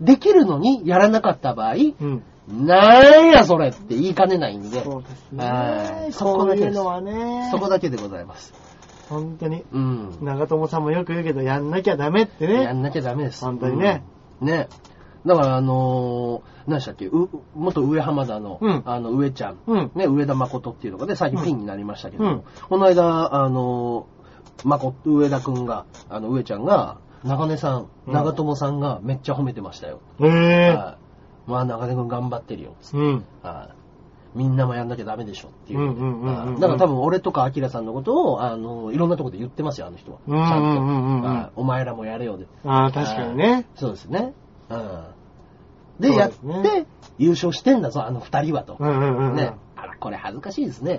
できるのにやらなかった場合、
うん。
なんやそれって言いかねないんで、
そうです
は
ね。
いそこ
そう
だけ
い
で
う
す
のはね。
そこだけでございます。
本当に。
うん。
長友さんもよく言うけど、やんなきゃダメって
や
ね。
んなきゃダメです。
本当にね
うん。ね。だから、あのー、何でしたっけ、う元上浜田の、
うん
あの、上ちゃん、
うん
ね、上田誠っていうのがね、最近ピンになりましたけども、
うん
この間、あのー、まこ、上田くんが、あの、上ちゃんが、長根さん、
うん
長友さんがめっちゃ褒めてましたよ。
へえ。
はいまあ、中根君頑張ってるよ。
うん。
はいみんなもやんなきゃダメでしょっていう。
うんうんうんう
は
ん
いだから多分俺とかアキラさんのことを、あの、いろんなとこで言ってますよ、あの人は。
うんうんうんうんうん
ちゃんとはいお前らもやれよで。
ああ、確かにね。
そうですね。うん。で、
そう
やっ
ですね
て、優勝してんだぞ、あの二人はと。
うんうんうんうん。
ね。あら、これ恥ずかしいです ね。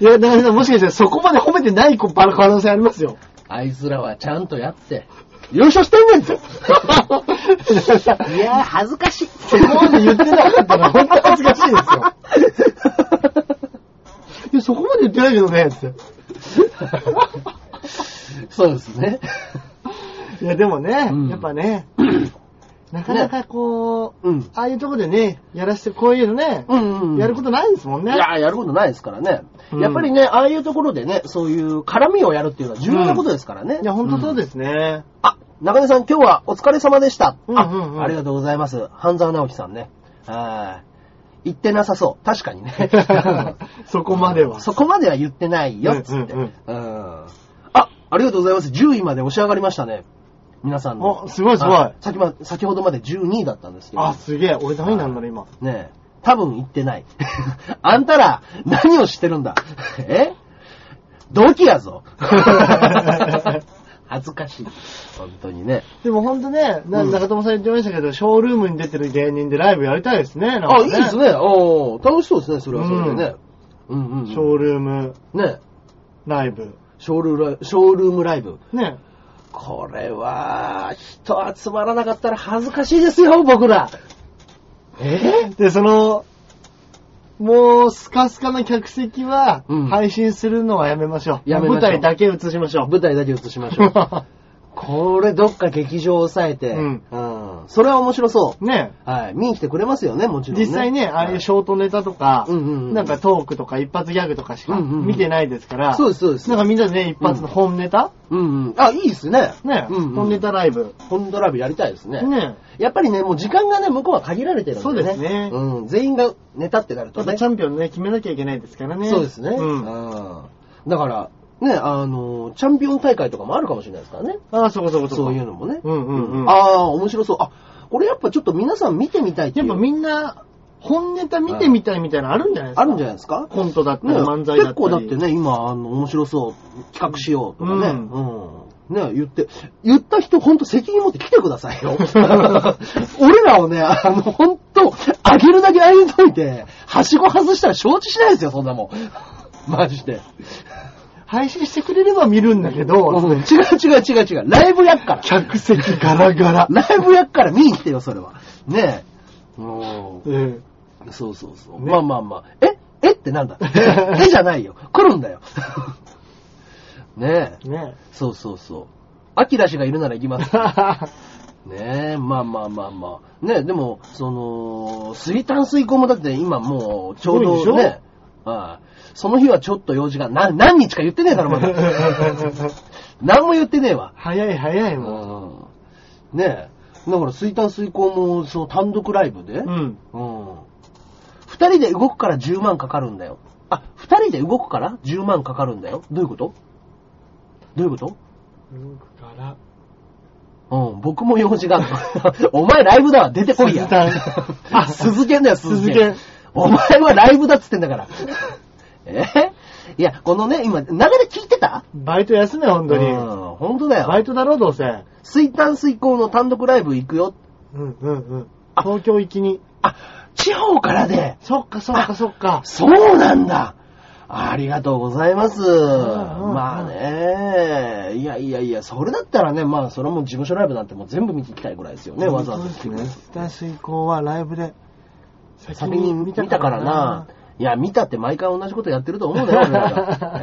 いや、だからもしかしたらそこまで褒めてない子ばる可能性ありますよ。
あいつらはちゃんとやって、優勝してんねん ぞいやー、恥ずかしい。
そこまで言ってなかったら本当恥ずかしいですよ。いや、そこまで言ってないけどね、って。
そうですね。
いや、でもね、
うん
やっぱね、なかなかこう、
うん
ああいうとこでね、やらせて、こういうのね、
んう
やることないですもんね
い。やー、やることないですからね。
うん
やっぱりね、ああいうところでね、そういう絡みをやるっていうのは重要なことですからね。
いや、本当そう
す。
ですね。
あ、中根さん今日はお疲れ様でした。
うんうんうん
あありがとうございます。半沢直樹さんね。はい。言ってなさそう。確か にね。
そこまでは。
そこまでは言ってないよ、つって。
うんうん
うんあ、ありがとうございます。10位まで押し上がりましたね。皆さんの。
おすごいすごい
は先ま先ほどまで12位だったんですけど。
あ、すげえ。俺何位なんだろう、今。
ねえ、多分言ってない。 あんたら、何をしてるんだ え同期やぞ 恥ずかしい。本当にね。
でも本当ね、な
うん
中友さん言ってましたけど、ショールームに出てる芸人でライブやりたいですね。なんか
あ、いいです。ね。おー楽しそうですね、それはそれでね。うん、うん、うん。
ショールーム
ね
ライブ。
ショールーライショールームライブ。
ね。
これは、人集まらなかったら恥ずかしいですよ、僕ら。え
で、その、もう、スカスカな客席は
うん、
配信するのはやめましょう。
やめましょう
舞台だけ映しましょう。
舞台だけ映しましょう。これどっか劇場を抑えて、
うん
うんそれは面白そう。
ね
はい。見に来てくれますよね、もちろん、ね。
実際ね、ああいうシ
ょ
ョートネタとか、
うんうんうん
なんかトークとか一発ギャグとかしか
うんうんうん
見てないですから、
そうです、そうです
な。んかみんなでね、一発の本ネタ、
うんうん。あ、いいですね。
ね、
うんうん
本ネタライブ。
ホンドラブやりたいですね。
ね
やっぱりね、もう時間がね、向こうは限られてるんでね。
そうですね
うん。全員がネタってなる
や
と
っぱ
ね。
チャンピオンね、決めなきゃいけないですからね。
そうですね。
うん。
うんだから、ね、あの、チャンピオン大会とかもあるかもしれないですからね。
ああ、そこそこそこ。
そういうのもね。
うんうんうん
ああ、面白そう。あ、これやっぱちょっと皆さん見てみたいってい
やっ
う。
ぱみんな、本ネタ見てみたいみたいなのあるんじゃないですか
あるんじゃないですか
コントだったり、
ね
漫才だったり。
結構だってね、今、あの、面白そう、企画しようとかね。
うん
うん。ね、言って、言った人、ほんと責任持って来てくださいよ。 俺らをね、あの、ほんと、あげるだけあげといて、はしご外したら承知しないですよ、そんなもん。 マジで。
配信してくれれば見るんだけど、
うん違う違う違う違う。ライブやっから。
客席ガラガラ。
ライブやっから見に来てよ、それは。ねえ。うん
うん。
そうそうそう。
ね
まあまあまあ。ええってなん だえじゃないよ。来るんだよ。 ねえ。
ね
そうそうそう。アキラ氏がいるなら行き ます。ねえ、まあまあまあまあ。ねえ、でも、その、水炭水庫もだって今もう、ちょう
すご
ど
いでし
ね、ああその日はちょっと用事が、な、何日か言ってねえだろ、ま だ。何も言ってねえわ。
早い早いうもん。
んねえ。だから、水炭水庫も、その単独ライブで、
うん。
うん。二人で動くから10万かかるんだよ。あ、二人で動くから10万かかるんだよ。どういうことどういうこと
ガラ。
うん、僕も用事がある。 お前ライブだわ、出てこいや
鈴 田。
あ、鈴剣だよ、鈴剣
鈴剣。
お前はライブだっつってんだから。 えいや、このね、今、流れ聞いてた
バイト休め、本当に。
うん、本当だ
バ
よ。
イトだろ、どうせ。
水炭水耕の単独ライブ行くよ。
うんうんうん。
あ
東京行きに。
あ、地方からで。
そっかそっかそっか。
そうなんだ。ありがとうございます。
んうん
まあね、いやいやいや、それだったらね、まあそれはもう事務所ライブなんてもう全部見ていきたいぐらいですよね、わざわざ。
そうですね。スタ水行はライブで、先
先に見たからな。。いや、見たって毎回同じことやってると思うね、俺 らえ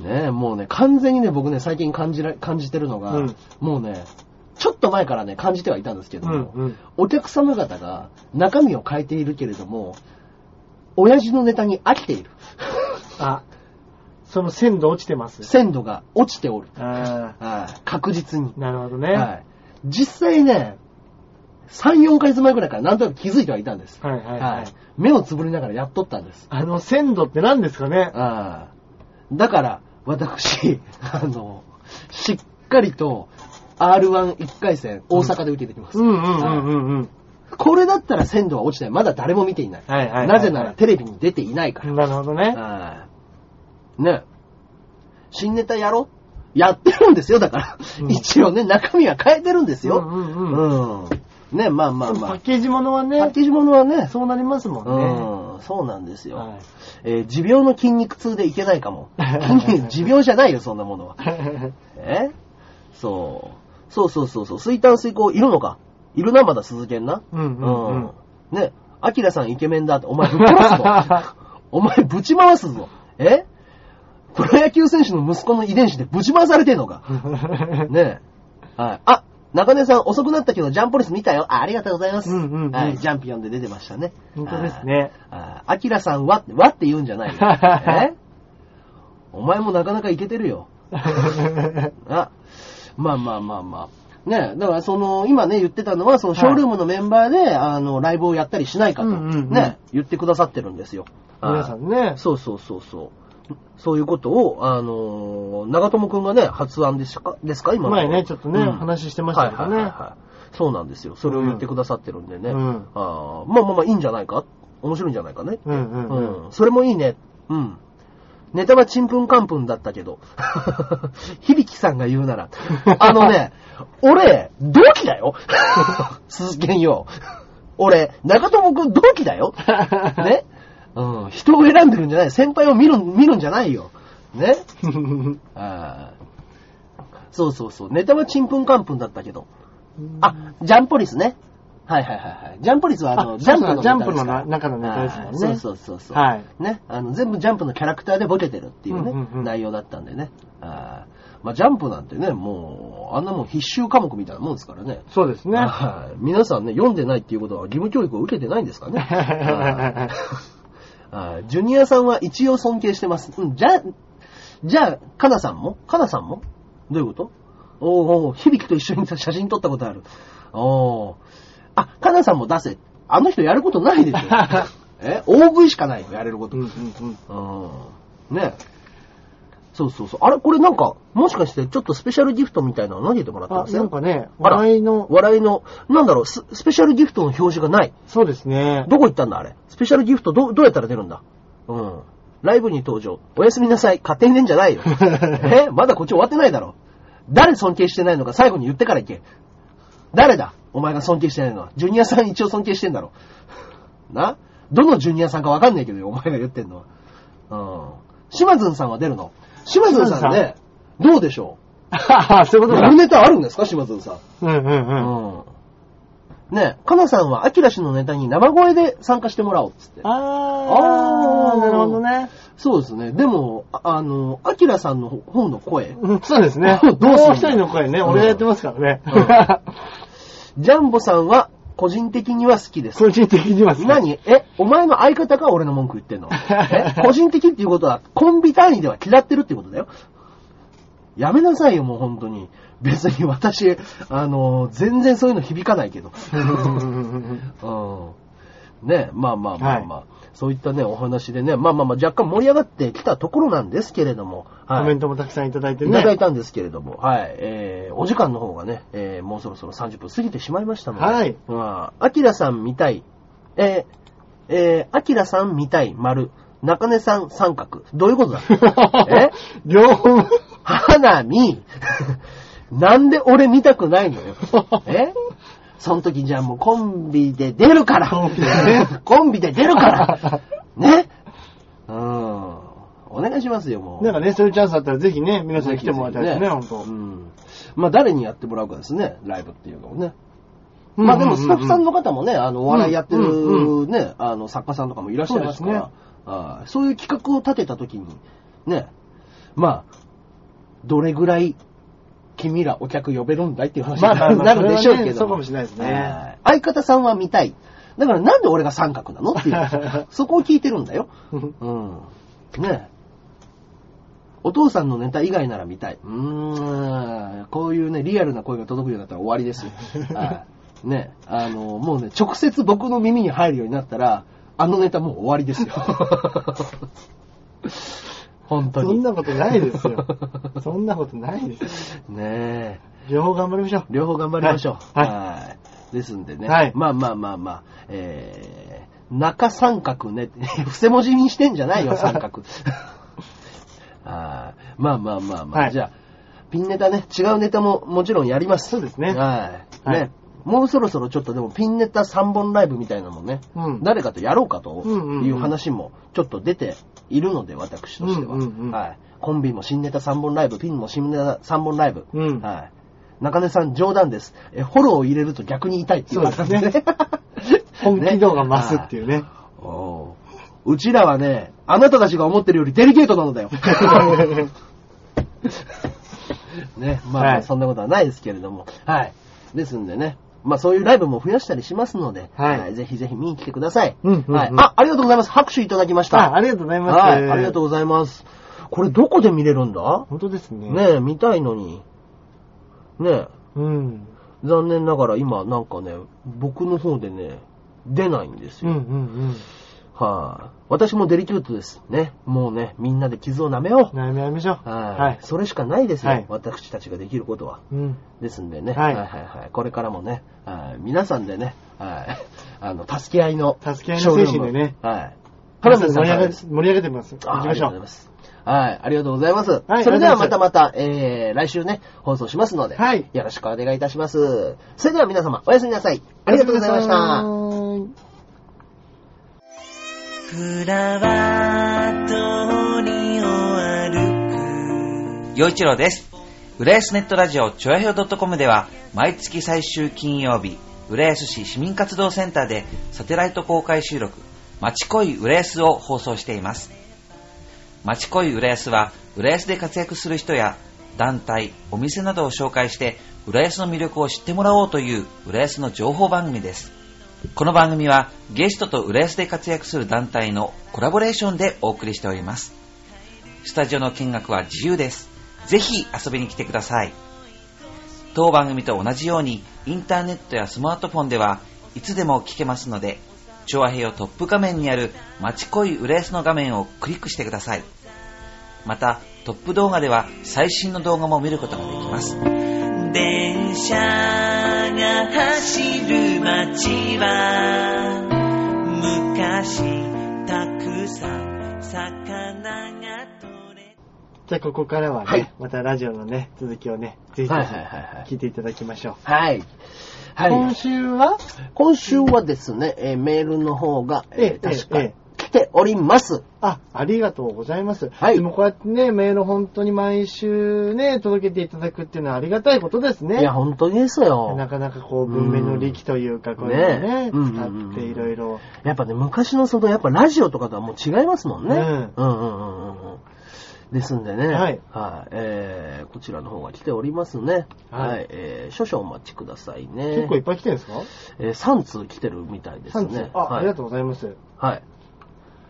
ねえ、もうね、完全にね、僕ね、最近感じら、感じてるのが、
うん
もうね、ちょっと前からね、感じてはいたんですけども、
うんうん
お客様方が中身を変えているけれども、親父のネタに飽きて いる。
あ、その鮮度落ちてます。
鮮度が落ちておる。
あ
はい確実に
ー。なるほどね。
は。
はい
実際ね、3、4ヶ月前ぐらいからなんとなく気づいてはいたんです。
いはいはい。
目をつぶりながらやっとったんです。
あの鮮度って何ですかね
ああ。だから、私、あの、しっかりと R11 回戦、大阪で受けてきます。
うんうんうんうんうん。
これだったら鮮度は落ちない。まだ誰も見ていない。
はいはいはい
なぜならテレビに出ていないから。
なるほどね。
ああね新ネタやろやってるんですよ、だから。
うん
一応ね、中身は変えてるんですよ。
うんうん
うんね、まあまあま
パッ
あ。
ケージものは
パッ
ね、
ケージものはね、
そうなりますもんね。
うん、そうなんですよ。
はい
えー持病の筋肉痛でいけないか も。持病じゃないよ、そんなものは。えそう。そうそうそうそう。水炭水耕いるのかいるな、まだ鈴剣な。
うんうんうん
ね、アキラさんイケメンだって、お前ぶっ殺す ぞ。お前ぶち回すぞ。えプロ野球選手の息子の遺伝子でぶち回されてんのかねえ。はい。あ、中根さん遅くなったけど、ジャンポリス見たよ。あありがとうございます。
うんうんうん
はい、ジャンピオンで出てましたね。
本当ですね
あ。あ、アキラさんは、わって言うんじゃない よ。えお前もなかなかいけてるよ。あ、まあまあまあまあ。ねえ、だからその、今ね、言ってたのは、そのショールームのメンバーで、あの、ライブをやったりしないかと、
うんうんうん
ね、言ってくださってるんですよ。
皆さんね。
そうそうそうそう。そういうことを、あのー長友くんがね、発案ですか、ですか今の
前ねちょっとね話してましたけど
は
ね
いはいはいはいそうなんですよ。それを言ってくださってるんでね。
うん
あーまあまあまあ、いいんじゃないか面白いんじゃないかね。
うんうん
う
うん
ん。それもいいね。うん。ネタはちんぷんかんぷんだったけど。 響さんが言うな ら。あのね、俺、同期だよ 鈴木健よ。俺、中友くん同期だよ。ね。うん。人を選んでるんじゃない。先輩を見る、見るんじゃないよ。ね。あーそうそうそう。ネタはちんぷんかんぷんだったけど。あ、ジャンポリスね。はいはいはいはい。ジャンポリスはあの、
あ
ジャンプの
そうそうジャンプの
ネタですから
中のネタですもんね
はいそうそうそうそう。
はい
ね。あの、全部ジャンプのキャラクターでボケてるっていうね、
うんうんうん
内容だったんでね。あーまあ、ジャンプなんてね、もう、あんなもん必修科目みたいなもんですからね。
そうですね。
はい。皆さんね、読んでないっていうことは義務教育を受けてないんですかね。はいはい。ジュニアさんは一応尊敬してます。うん、じゃあ、じゃあ、かなさんもかなさんもどういうことおーおー響と一緒に写真撮ったことある。おーあ、かなさんも出せ。あの人やることないでしょ。え ?OV しかないよ、やれること。
うんうんうん
うん。ねそうそうそう。あれこれなんか、もしかしてちょっとスペシャルギフトみたいなの投げてもらって
あ
ま、せ
なんんかね、
あら
笑いの、
笑いの、なんだろうス、スペシャルギフトの表示がない。
そうです ね。
どこ行ったんだ、あれ。スペシャルギフトど、どうやったら出るんだうん。ライブに登場。おやすみなさい。勝手に出んじゃ ないよ。えまだこっち終わってないだろ。誰尊敬してないのか最後に言ってから行け。誰だお前が尊敬してないのは。ジュニアさん一応尊敬してんだろ。などのジュニアさんかわかんないけどよ、お前が言ってんのは。うん。島津さんは出るの島津さんね、どうでしょ
そういう
う
こと
や
だ
る。ネタあるんですか島津さん。
うんうんうん。
うん。ねえ、かなさんは、アキラ氏のネタに生声で参加してもらおうっつって。
あ
あー
ー、なるほどね。
そうですね。でも、ああの、アキラさんの本の声、
うんそうですね。
どう
もう
すんの
一人の声ね、俺がやってますからね。
ジャンボさんは、個人的には好きです。
個人的には好き
何え、お前の相方が俺の文句言ってんのえ個人的っていうことは、コンビ単位では嫌ってるってことだよ。やめなさいよ、もう本当に。別に私、あの、全然そういうの響かない けど。
うんうんうんうん
うん。ね、まあまあまあまあ、そういったね、お話でね、まあまあまあ、若干盛り上がってきたところなんですけれども、
コ
は
メ
い。
ントもたくさんいただいて
いただ
ね
い。たんですけれども、はい、えー、お時間の方がね、えー、もうそろそろ30分過ぎてしまいましたので、
はい
まあ、アキラさん見たい、えー、えー、アキラさん見たい、丸、中根さん三角、どういうこと だえ
両方。
花見 なんで俺見たくないのよ。 えその時じゃあもうコンビで出るから
コンビでね
コンビで出る からねうん。お願いしますよ、もう。
なんかね、そういうチャンスあったらぜひね、皆さんに来てもらいたいですね、本当
う。ん。まあ誰にやってもらうかですね、ライブっていうのをね。まあでもスタッフさんの方もね、あの、お笑いやって
うん
るね、あの、作家さんとかもいらっしゃいますから
そうで、
あーそういう企画を立てたときに、ね、まあ、どれぐらい君らお客呼べるんだいっていう話に
まあまあまあ
なるでしょうけども。
それはねそうかもしれないですね
はい相方さんは見たい。だからなんで俺が三角なのって いう、そこを聞いてるんだよ。
うん
うん。ねえ。お父さんのネタ以外なら見たい。うーん。こういうね、リアルな声が届くようになったら終わりですよ。 はいねえ。あの、もうね、直接僕の耳に入るようになったら、あのネタもう終わりです よ。本当
そん
に。
なことないです よ。そんなことないですよ。
ねえ。
両方頑張りましょう。
両方頑張りましょう。
はい
はいですんでね。
はい
まあまあまあまあ、えー、中三角ね、 伏せ文字にしてんじゃ ないよ、三角。あーまあまあまあまあ、
はい
じゃあ、ピンネタね、違うネタももちろんやります。
そうですね
はい。
はい
ね。もうそろそろちょっとでもピンネタ3本ライブみたいなのもね、
うん
誰かとやろうかと
うんうんうん
いう話もちょっと出ているので、私としては。
うんうんうん
はい。コンビも新ネタ3本ライブ、ピンも新ネタ3本ライブ。
うん
はい。中根さん、冗談です。え、フォローを入れると逆に痛いっていう
そうですね
パターンですね
本気度が増すっていうね。
ねおううちらはね、あなたたちが思ってるよりデリケートなの だよ。ね、まあ、
はい
まあそんなことはないですけれども、はい。ですんでね、まあそういうライブも増やしたりしますので、
はい
ぜひぜひ見に来てください。
うんうんうん
はい。あ、ありがとうございます。拍手いただきました。
あ、ありがとうございます。
はい、ありがとうございます。これどこで見れるんだ
本当ですね。
ねえ、見たいのに。ねえ、
うん。
残念ながら今なんかね、僕の方でね、出ないんです
うんう
よ。
んうん。
はい、私もデリケートです。ね。もうね、みんなで傷を舐めよう。
悩みやめましょう。
はい、
はい。
それしかないですよ、
はい
私たちができることは。
うん。
ですんでね、は、
はいい
はいはいはいこれからもね、はい、皆さんでね、はい、あの、助け合いの、
助け合いの精神でね。
はい。
皆さん盛
い
り上
か
が
が
り
で
盛り上げてみます。
あ
行
あ
き
り
ま
が
し
と
ょ
うございうま。す。はい、ありがとうございます。
はい
それでは
あ
ま
り
た
がとう
また、えー、来週ね、放送しますので、
はい
よろしくお願いいたします。それでは皆様、おやすみなさい。ありがとうございました
ありがと。うございました。
フラワー通りを歩く。よいちろうです。浦安ネットラジオちょやひょう .com では毎月最終金曜日、浦安市市民活動センターでサテライト公開収録、まちこい浦安を放送しています。まちこい浦安は、浦安で活躍する人や団体、お店などを紹介して、浦安の魅力を知ってもらおうという浦安の情報番組です。この番組はゲストと浦安で活躍する団体のコラボレーションでお送りしております。スタジオの見学は自由です。ぜひ遊びに来てください。当番組と同じようにインターネットやスマートフォンではいつでも聞けますので、調和平をトップ画面にある町恋浦安の画面をクリックしてください。また、トップ動画では最新の動画も見ることができます。電車が走る街は昔たくさん魚が取れ
じゃあここからはね、
はい
またラジオのね、続きをね、ぜひぜ
はいはいはいはい
ひ聞いていただきましょう。
はい。は
今
い。
週は、
今週はですね、えーメールの方が、えー
ええ
確か
え
来ております。
あ、ありがとうございます。
はい
でもこうやってね、メール本当に毎週ね、届けていただくっていうのはありがたいことですね。
いや、本当にですよ。
なかなかこう、文明の利器というか、こういうのね
ね、うんうんうん
使っていろいろ。
やっぱね、昔のその、やっぱラジオとかとはもう違いますもんね。
う
うんんうんうんうんうん。ですんでね、
はい
えーこちらの方が来ておりますね。
はい
はい。えー少々お待ちくださいね。
結構いっぱい来てるんですか
えー3通来てるみたいです
三通
ね。
あ、あ
はい
りがとうございます。
はい。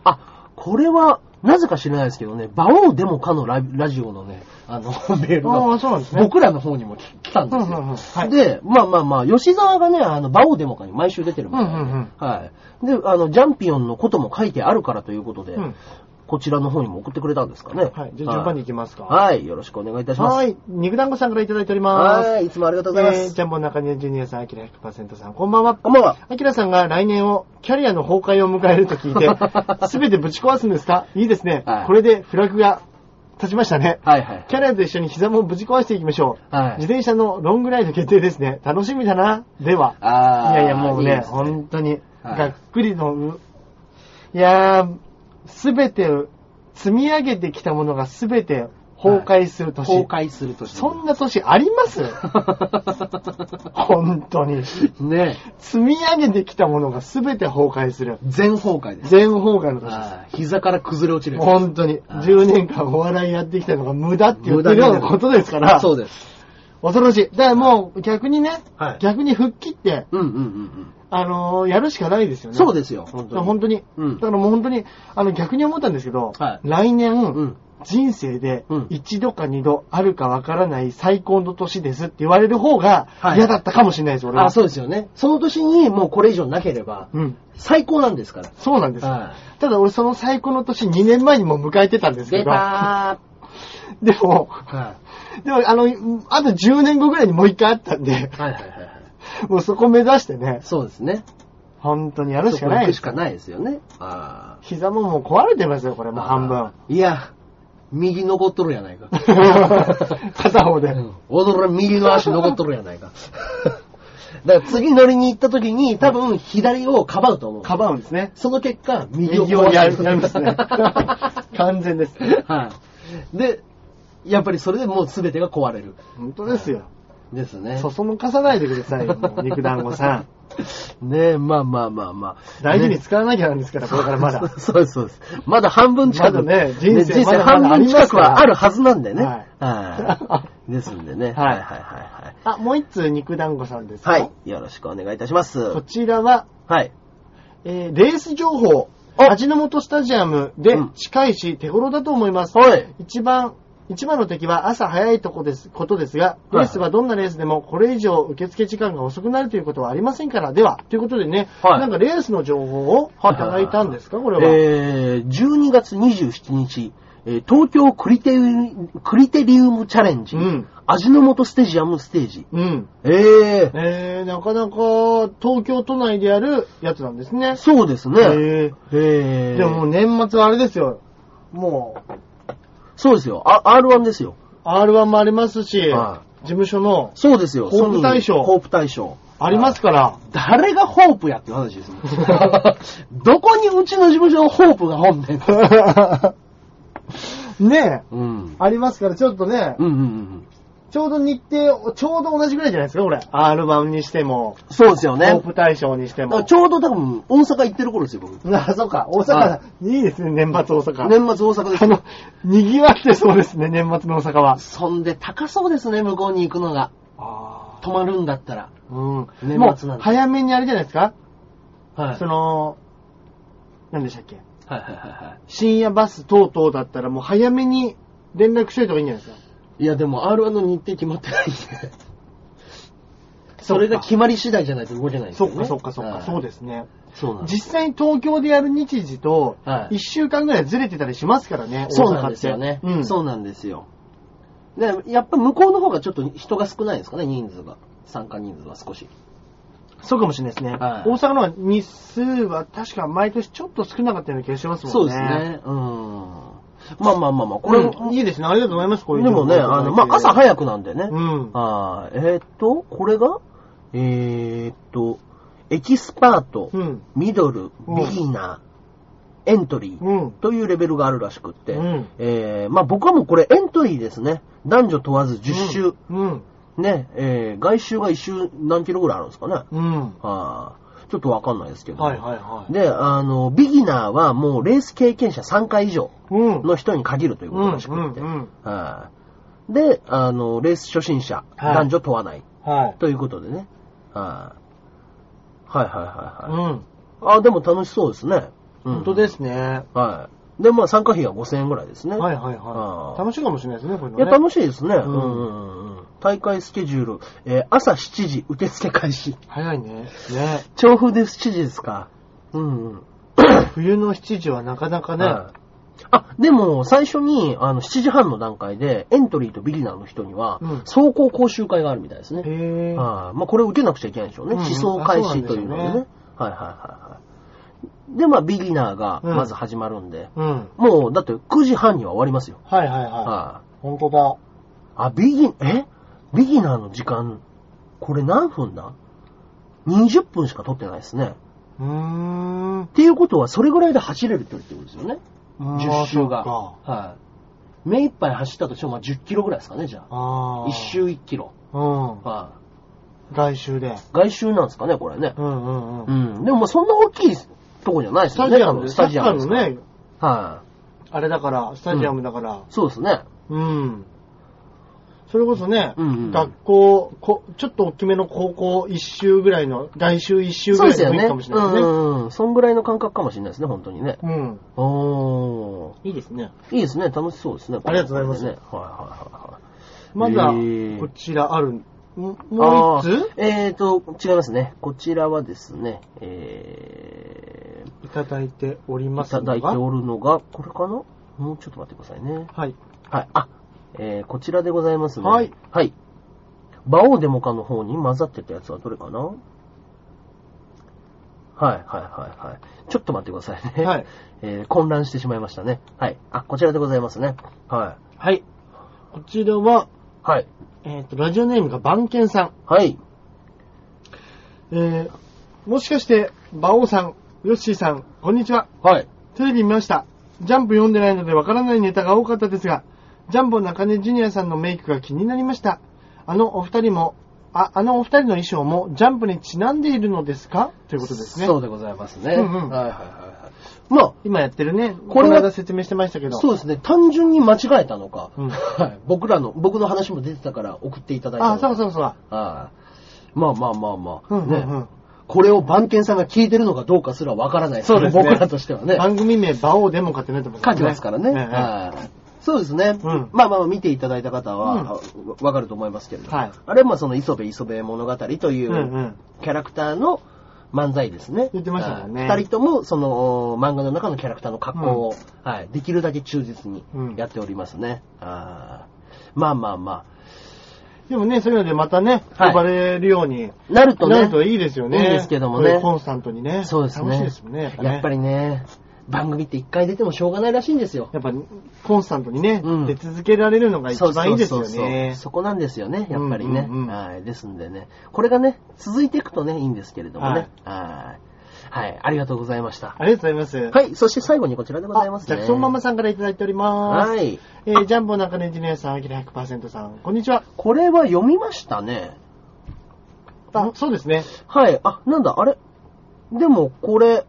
あ、これは、なぜか知らないですけどね、馬王でもかのララジオのね、あの、 メール
ああ、
が、
そうなんですね。
僕らの方にも来来たんですよ。
うんうんうんはい
で、まあまあまあ、吉沢がね、あの、馬王デモカに毎週出てるみたいで、
うんうんうん
はい。で、あの、ジャンピオンのことも書いてあるからということで、
うん
こちらの方にも送ってくれたんですかね。
はい、じゃあ順番に行きますか。
はい、はいよろしくお願いいたします。
はい、肉団子さんからいただいております。
はいいつもありがとうございます。
えージャンボ中根ジュニアさん、アキラ100%さん、こんばんは。
こんばんは。
アキラさんが来年をキャリアの崩壊を迎えると聞 いて、すべてぶち壊すんですかいいですね、
はい
これでフラグが立ちましたね。
はいはい。
キャリアと一緒に膝もぶち壊していきましょう。
はい
自転車のロングライド決定ですね。楽しみだな。では。
あー
いやいや、もう
いい
ね、
ですね
本当に、
はい
がっくりの、ういやー、すべて、積み上げてきたものがすべて崩壊する年。
崩壊するとして
そんな年あります本当に。
ね
積み上げてきたものがすべて崩壊する。
全崩壊です。
全崩壊の年です。
あー膝から崩れ落ちるやつ。
本当に。
あー
10年間お笑いやってきたのが無駄って言ってるようなことですから。
そうです。
恐ろしい。だからもう逆にね、
はい
逆に復帰って、
うんうんうん
あのーやるしかないですよ
うん。
ね。
そう
で
ですよ、本当に。
本当に。
うん
だからもう本当に、あの逆に思ったんですけど、
はい
来年、
うん。
人生で
うん
一度か二度あるかわからない最高の年ですって言われる方が
はい
嫌だったかもしれないです、俺は。
あ、そうですよね。その年にもうこれ以上なければ、
うん。
最高なんですから。
そうなんです。
は
ただ俺その最高の年2年前にもう迎えてたんで
い。
すけ
出
ど、
た
でも、
ー。は
でもあの、うんあと10年後ぐらいにもう一回あったんで
い。、はいはいはいはい。
もうそこ目指してね、
そうですね。
本当にやるしか
そこ
な
行
い
く
で
し
す。
かないですよね。あ
膝ももう壊れてますよ、これ
あ。
もう 半分。。
いや、右残っとるやないか。
片方で。
うん踊ら右の足残っとるやないか。だから次乗りに行った時に多分左をかばうと思う。
かばうんですね。
その結果、右を
右をや
や。
る、やりますね完全です。
はい。で、やっぱりそれでもう全てが壊れる。
本当ですよ。
ですね。
そそのかさないでくださいよ、もう肉団子 さん。
ねえ、まあまあまあまあ。
大事に
ね
使わなきゃなんですから、これからまだ。
そうそうですそうです。まだ半分近く。
まだね人生
人生
まだまだ
半
あ
分
りま
近
す
く
から
はあるはずなんでね。
はい
はい。ですんでね。
はい
はいはいはい
あ、もう一通肉団子さんです。
はい。はい。よろしくお願いいたします。
こちらは、
はい。
えーレース情報。味の素スタジアムで
うん
近いし手頃だと思います。
はい。
一番、一番の敵は朝早いとこです、ことですが、
いは
レ
い
ースはどんなレースでもこれ以上受付時間が遅くなるということはありませんから、では、ということでね、
はい
なんかレースの情報をいただいたんですか、これは。
えー、12月27日、えー東京クリテクリテリウムチャレンジ、
うん
味の素ステジアムステージ。
うん。
えー、
えー、なかなか東京都内でやるやつなんですね。
そうですね。
え
えー、
ー、でももう年末はあれですよ。もう、
そうですよ。あ R1 ですよ。
R1 もありますし、
は
事務所の
そうですよ。
ホープ大賞
ソニーホープ大賞。
ありますから、
誰がホープやって話ですもんどこにうちの事務所のホープが本んねん。
ねえ、
うん。
ありますから、ちょっとね、
うんうんうん。
ちょうど日程、ちょうど同じぐらいじゃないですか、これ。R1 にしても、
そうですよ
ホー
ね。
プ大賞にして
だか
も
ら。ちょうど多分、大阪行ってる頃ですよ、僕。
あ、そうか。大
は
阪、いいですね、年末大阪。
年末大阪です
あ。の、賑わってそうですね、年末の大阪は。
そんで高そうですね、向こうに行くのが。
あ
泊まるんだったら。
あ。うん。
年末
も
な、
うん
で
早めにあれじゃないですか、
はい。
その、なんでしたっけ
はいはいはいは
深夜バス等々だったらもう早めに連絡しといた方がいいんじゃないですか
い。いや、でも R1 の日程決まってないんで。それが決まり次第じゃないと動けないんです
そ
よ
っ
ね。
かそっかそっか、そう
で
ですね。
す。そうなんです。
実際に東京でやる日時と、
はい
1週間ぐらいずれてたりしますからね、大阪って。
そうなんですよね。
うん。
そうなんですよ。で、やっぱ向こうの方がちょっと人が少ないんですかね、人数が。参加人数が少し。
そうかもしれないですね。
はい
大阪の方が日数は確か毎年ちょっと少なかったような気がしますもんね。
そうですね。うん。まあまあまあまあ、こ
これ
れ、
も、いいですね。ありがとうございます。こういう
でもね、あの、まあ朝
い。
早くなんでね。
うん。
あーえーっと、これが、えーっと、エキスパート、
うん。
ミドル、
う
ビ
ん
ギナー、エントリー
うん。
というレベルがあるらしくって、
うん
えーまあ僕はもうこれエントリーですね。男女問わず10周、
うん。
ね、えー外周が1周何キロぐらいあるんですかね。
うん。
あーちょっとわかんないですけど。
はいはいはい。
で、あの、ビギナーはもうレース経験者3回以上
うん。
の人に限るという
う
こと
ん。
らしくって。
うんうん。
はいで、あの、レース初心者、
はい
男女問わない
はい。
ということでね。はいはいはいはい。
うん。
あ、でも楽しそうですね。うん
本当ですね。
はい。で、まあ参加費が5000円ぐらいですね。。
はいいはい
あ
は
ー
い。楽しいかもしれないですね、こういうの
いや、
ね。
楽しいですね。うんんうんうん大会スケジュール、えー朝7時、受付開始。
早いね。ね。
調布で7時ですか。うんうん。
冬の7時はなかなかね。
はいあ、でも、最初に、あの、7時半の段階で、エントリーとビギナーの人には
うん、
走行講習会があるみたいですね。
へー。
はいまあ、これを受けなくちゃいけないんでしょうね。
うんうん
思想開始というのでね。
あそうなんでしょうね
はいはいはいはい。で、まあ、ビギナーが
うん
まず始まるんで、
うん。
もう、だって9時半には終わりますよ。
はいはいは。
はい
本当だ。
い。あ、ビギ、えビギナーの時間、これ何分だ ?20 分しか取ってないですね。
うーん。
っていうことは、それぐらいで走れる距離ってことですよね。10周が。
まあそっか
はい。目いっぱい走ったとしても、まあ、10キロぐらいですかね、じゃあ。
あー
1。周1キロ。
うん。
はい。
来週で。
外周なんですかね、これね。
うんうんうん
う。ん。でもまあそんな大きいとこじゃないです
ス
よ
タ
ね、
ジ
多
アム
分
で
スタジアムで
サ
す
ッ
から。
カーのね、
は
あれだから、スタジアムだから
い。、そうですね。
うん。それこそね、
うんうん
学校こ、ちょっと大きめの高校一周ぐらいの、来週一周ぐ
そう
ら
で
い
すよ
でもいい
ね。
かもしれないですね。
うん。そんぐらいの感覚かもしれないですね、本当にね。
うん。
おー。
いいですね。
いいですね、楽しそうですね。
ありがとうございます
これねはいはいはいはい。
まだ、
へー
こちらある、んもう一つ
あーえーと、違いますね。こちらはですね、え
いただいており
ー、
ま
い
す
た
のが
だいておるのが、これかなもうちょっと待ってくださいね。
はい。
はい。あ、えー、こちらでございますね。
はい。
はい。バオデモカの方に混ざってたやつはどれかなはい、はい、はい、はい。ちょっと待ってくださいね。
はい。
えー、混乱してしまいましたね。はい。あ、こちらでございますね。はい。
はい。こちらは、
はい。
えっ、と、ラジオネームが番犬さん。
はい。
えー、もしかして、馬王さん、ヨッシーさん、こんにちは。
はい。
テレビ見ました。ジャンプ読んでないのでわからないネタが多かったですが、ジャンボ中根ジュニアさんのメイクが気になりました。あのお二人も、あ、あのお二人の衣装もジャンプにちなんでいるのですかということですね。
そうでございますね。
うんうん
はい、はい、はい。はいま
今やってるね。
こ
こ
れ
れ
は
が説明してましたけ
あ、
ど。
そうですね。単純に間違えたのか。
うん
はい。僕らの、僕の話も出てたから送っていただいたの
あ、
か
そうそうそうだ。
はい。まあまあまあまあ。
うんうん
ね
うん。
これを番犬さんが聞いてるのかどうかすらわからない。
そうですね
僕らとしてはね。
番組名、馬王デモかってなってます
感じますからね。
ええ
はいそうですね。
うん
まあまあ見ていただいた方は、
うん
あわわかると思いますけれども。
はい
あれはまあその磯部磯部物語とい
うんう
うんキャラクターの漫才ですね。
言ってましたもん
は
ね
い二人ともその漫画の中のキャラクターの格好を、はい、できるだけ忠実にやっておりますね。あーまあまあま
でもね、そういうのでまたね、
はい
呼ばれるように
あ。なるとね。
なるといいですよね。
いいですけどもね
こういうコンスタントにね。
そうですね。
楽しいですもんね。やっぱね
やっぱりね、番組って一回出てもしょうがないらしいんですよ。
やっぱコンスタントにね、
うん
出続けられるのが一番いいですよ
そうそうそう
ね。
そこなんですよね、やっぱりね。
うんうんうん
はい。ですんでね、これがね、続いていくとね、いいんですけれどもね。はい。はい、ありがとうございました。
ありがとうございます。
はい、そして最後にこちらでございます
ジ
ね。
ャクソンママさんからいただいております。
はい。
えージャンボ中根ジュニアさん、アキラ100%さん、こんにちは。
これは読みましたね。
あ、そうですね。
はい。あ、なんだ、あれでも、これ、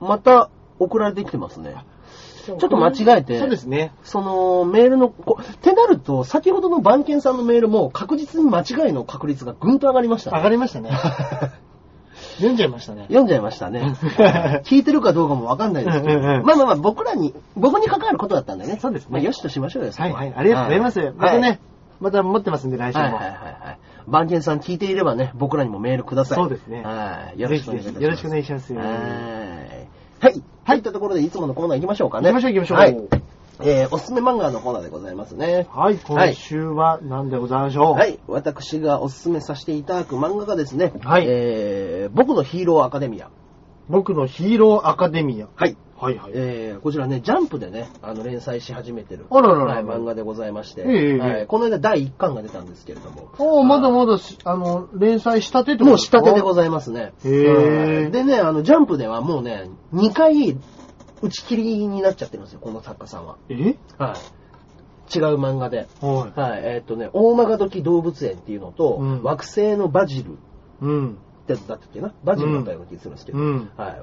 また送られてきてますね。
ちょ
っと間違えて
そうです ね。
その、メールの、こってなると、先ほどの番犬さんのメールも確実に間違いの確率がぐんと上がりました、
上
ね。
がりましたね。読んじゃいましたね。
読んじゃいました ね。聞いてるかどうかもわかんないですけど。
うんうんうん
まあまあまあ、僕らに、僕に関わることだったんだよね。
そうですね
まあ、よしとしましょうよ、そ
は
こ
いはい、ありがとうございます。
は
また
は
ね、また持ってますんで、来週
はい
も。
はいはいはい。番犬さん聞いていればね、僕らにもメールください。
そうですね
はい。よろしくお願いいたします。
ぜひぜひよろしくお願いします
はい。はい。はい。いったところで、いつものコーナー行きましょうかね。
行きましょう行きましょう
はい。えー、おすすめ漫画のコーナーでございますね。
はい、今週は何でございましょう。
はい。私がおすすめさせていただく漫画がですね、
はい
えー、僕のヒーローアカデミア。
僕のヒーローアカデミア。
はい。
はいはい。
えー、こちらね、ジャンプでね、あの、連載し始めてる、
あららら
はい、漫画でございまして、
ええええ
はい、この間第1巻が出たんですけれども、
おーまだまだし、あの、連載したてってこと
もう仕立てでご
ざい
ざいますね。
へー
うんでね、あの、ジャンプではもうね、2回打ち切りになっちゃってるんですよ、この作家さんは。
え
はい。違う漫画で。
は
はい、えーっとね、大曲時動物園っていうのと、
うん
惑星のバジルっ
い。うん。
てだったっけな、バジルだったような気がするんですけど、
うん
はい。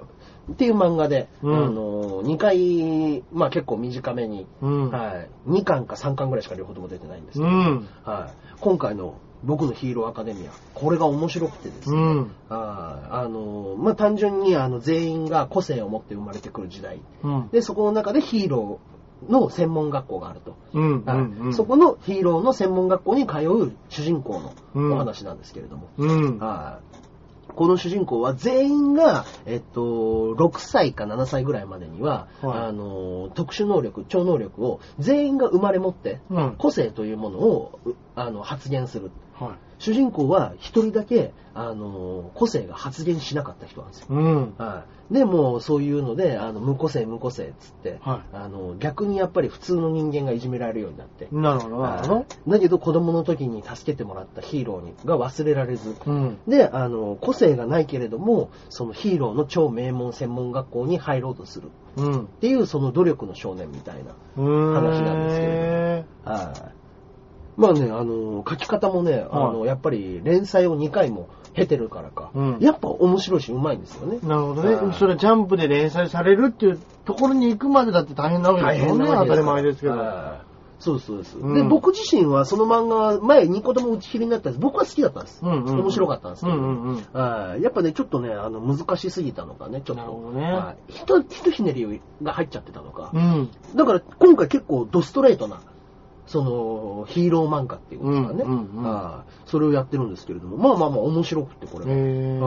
っていう漫画で、
うん
あの2回、まあ結構短めに、
うん。
はい、2巻か3巻ぐらいしか両方とも出てないんですけ
う
ど、
ん。
はい、今回の僕のヒーローアカデミア、これが面白くてですね、
うん。
あーあのーまあ、単純にあの全員が個性を持って生まれてくる時代。
うん。
で、そこの中でヒーローの専門学校があると。
うん。う
はい
ん。うん
そ、このヒーローの専門学校に通う主人公
うん
のお話なんですけれども。
うん。
はいこの主人公は全員が、えっと、6歳か7歳ぐらいまでには、
はい
あのー特殊能力、超能力を全員が生まれ持って、
うん
個性というものをうあの発現する。
はい。
主人公は一人だけ、あの個性が発現しなかった人なんですよ。
うん。
はい、でもうそういうのであの無個性無個性っつって、
はい
あの逆にやっぱり普通の人間がいじめられるようになって、
なるほど、なるほ
は
ど。
いだけど子供の時に助けてもらったヒーローにが忘れられず、
うん。
であの個性がないけれどもそのヒーローの超名門専門学校に入ろうとするっ
うん。
ていうその努力の少年みたいな
うーん。
話なんですけ
へ
はい。まあね、あの、書き方もね、あの、やっぱり連載を2回も経てるからか、
うん
やっぱ面白いし、うまいんですよね。
なるほど
は
ね。
い
それはジャンプで連載されるっていうところに行くまでだって大変なわけですよね。
わ
当
け
た
か
り
ら
前ですけど。
はいそうですそうです、
うん
で、僕自身はその漫画、前2個とも打ち切りになったんです。僕は好きだったんです。
うんうんうん
面白かったんですけど、
うんうんうん
はいやっぱね、ちょっとね、あの、難しすぎたのかね、ちょっと。
なるほどね
はいひと、ひとひねりが入っちゃってたのか。
うん。
だから今回結構ドストレートな、その、ヒーロー漫画っていうんですかね。
うんうんうん
はいそれをやってるんですけれども、まあまあまあ面白くてこれ
へ
は。
え。
あ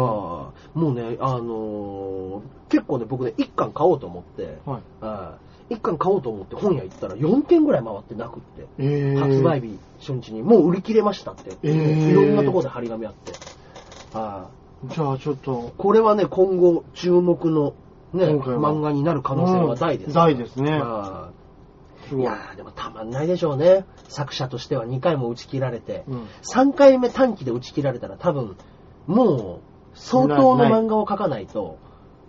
あもうね、あのー結構ね、僕ね、1巻買おうと思って、
はい。
はい1巻買おうと思って本屋行ったら4軒ぐらい回ってなくって、
えー
発売日初日にもう売り切れましたって、
えー
いろんなところで張り紙あって、はい
じゃあちょっと、
これはね、今後注目の、ね、
今回は
漫画になる可能性は大です、
うん大ですね
はい
す
い
ごい。
やーでもたまんないでしょうね。作者としては2回も打ち切られて、
うん
3回目短期で打ち切られたら多分、もう相当の
ないない
漫画を描かないと、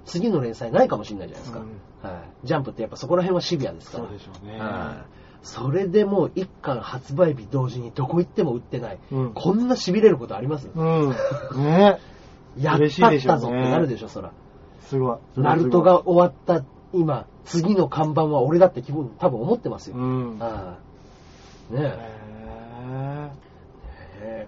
次の連載ないかもしれないじゃないですか。はい、ジャンプってやっぱそこら辺はシビアですから。
そうでしょうね
はいそれでもう1巻発売日同時にどこ行っても売ってない。
うん
こんな痺れることあります、
うん。 ね
やっ
嬉しい
たっ
でしょ
た
うね
ぞってなるでしょ、そら。
すごい。
ナルト。が終わった今、次の看板は俺だって気分多分思ってますよ。
うん。
ああね
へ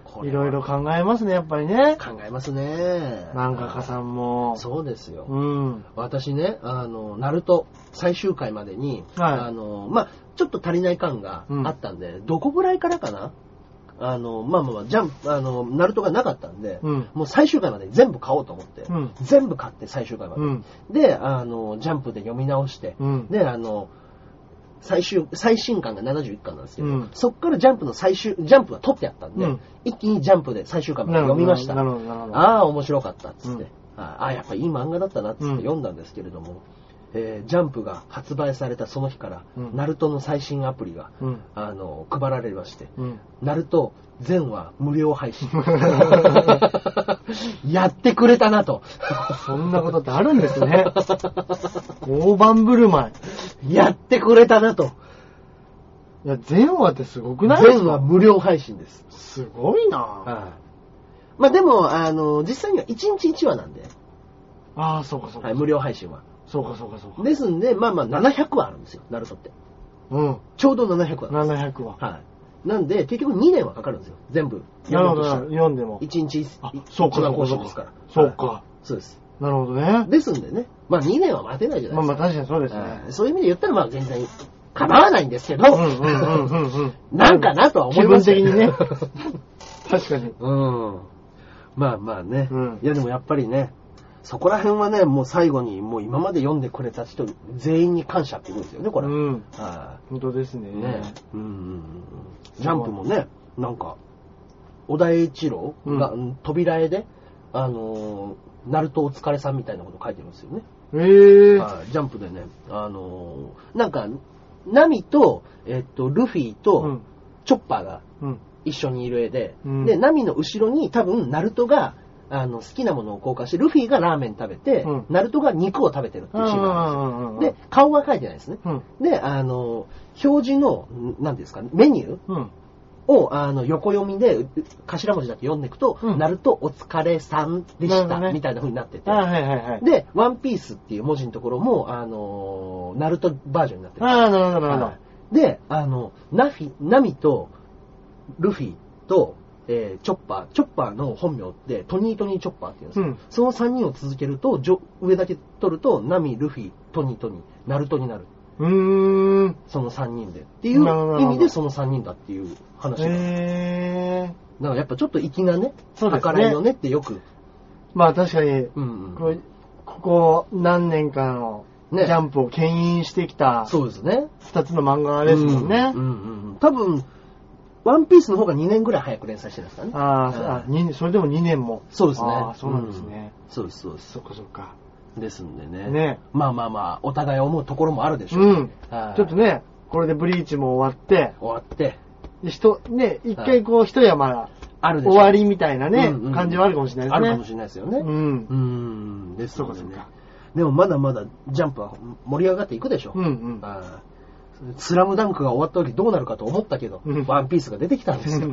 え、こ
ーい
れ
ろ
はい
ろ考えますね、やっぱりね。
考えますね。
漫画家さんも。
そうですよ。
うん。
私ね、あの、ナルト最終回までに、
はい
あの、まあ、ちょっと足りない感があったんで、どこぐらいからかなあの、まあまあまあ、ジャンプ、あの、ナルトがなかったんで、
うん
もう最終回まで全部買おうと思って、
うん
全部買って最終回まで、
うん
で、あの、ジャンプで読み直して、
うん
で、あの、最終、最新巻が71巻なんですけど、
うん
そっからジャンプの最終、ジャンプは取ってやったんで、
うん
一気にジャンプで最終回まで読みました。
なるほどなるほどなるほど
ああ、面白かったっつって、
うん
ああ、やっぱいい漫画だったなっつっ
うん
て読んだんですけれども、えージャンプが発売されたその日から、
うん
ナルトの最新アプリが、
うん
あの、配られまして、
うん。
ナルト全話無料配信。やってくれたなと。
そんなことってあるんですね。大盤振る舞
やってくれたなと。
い。いや、全話ってすごくないです
全話
か
無料配信です。
すごいなぁ。
はい。まあでも、あの、実際には1日1話なんで、
ああ、そうかそうか。
はい、無料配信は。
そうかそうかそうか。
ですんで、まあまあ700話あるんですよ、ナルトって。
うん。
ちょうど700話。
700話。
はい。なんで、結局2年はかかるんですよ、全部。
なるほど、
や
な
ろうと
るほ
し
ど
たら
読んでも。
一日一
あ、そうか、
一
そ
話
うか、
更
そう
新で
か
すから。。
そうか、
はいそうです。
なるほどね。
ですんでね、まあ2年は待てないじゃな
まあ
い
ま
で
あ確かにそうですす
か。
ね。
はいそういう意味で言ったら、まあ全然構わないんですけど、
うんうんうんうんうん。
なんかなとは思い
気
ま
分
す
的に
的に
ね。
ね。
確かに。
うん。まあまあね。
うん
いやでもやっぱりね、そこら辺はね、もう最後に、もう今まで読んでくれた人全員に感謝ってことですよね、これ。
うん。
は
本当ですね。
い。ね。うんうんうんうん。ジャンプもね、なんか、小田栄一郎が、
う
うん扉絵で、あのー、ナルトお疲れさんみたいなこと書いてるんですよね。
ええー。
はいジャンプでね、あのー、なんか、ナミと、えっと、ルフィ
う
と
ん、。
チョッパーが
うん。
一緒にいる絵で、
うん
で、ナミの後ろに多分、ナルトが、あの、好きなものを交換して、ルフィがラーメン食べて、
うん
ナルトが肉を食べてるっていうシーンがあるん
うんうんうんうん。
ですよ。で、顔は描いてないですね。
うん。
で、あの、表示の、んなんていうんですかね、メニュー
うん。
を、あの、横読みで、う頭文字だけ読んでいくと、
うん
ナルトお疲れさんで
なる
し
ほど
た、
ね
みたいな風になってて
あ、あ、はいはいはい。
で、ワンピースっていう文字のところも、あの、ナルトバージョンになってる。
ああ、なるほどなるほ
はいで、あの、ナフィ、ナミと、ルフィと、えーチョッパー、チョッパーの本名って、トニートニーチョッパーって言うんですよ。
うん
その3人を続けると、上上だけ取ると、ナミ、ルフィ、トニートニー、ナルトになる。
ど。うーん。
その3人で。っていう
なるほど
意味でその3人だっていう話が。だ
ええー。
からやっぱちょっと粋なね、
そうですね
計らいのねってよく。
まあ確かに、
うん
こ
うん、
うここ何年かのジ
ね
ャンプを牽引してきた
そうですね。
二つの漫画ですもんね。
うんうんうんうん多分、ワンピースの方が2年ぐらい早く連載してるんですかね。
あー
はい
あ、にそれでも2年も。
そうですね。
あーそうなんですね。
うん。そうです、そうです。
そっかそっか。
ですんでね。
ね
まあまあまあ、お互い思うところもあるでしょ
う
う。
ん。
はい
ちょっと。ね、これでブリーチも終わって、
終わって、
で人、ね、一回こう一山
あるでし
終
ょう
わりみたいなね
うんうん、
感じはあるかもしれな
あ
いで
る
すね。
かもしれないですよね。
う。
うんん。ですんで
そうかそう
ね
か。
でもまだまだジャンプは盛り上がっていくでしょ
うんうん。
はいスラムダンクが終わった時どうなるかと思ったけど
うん、
ワンピースが出てきたんですよ。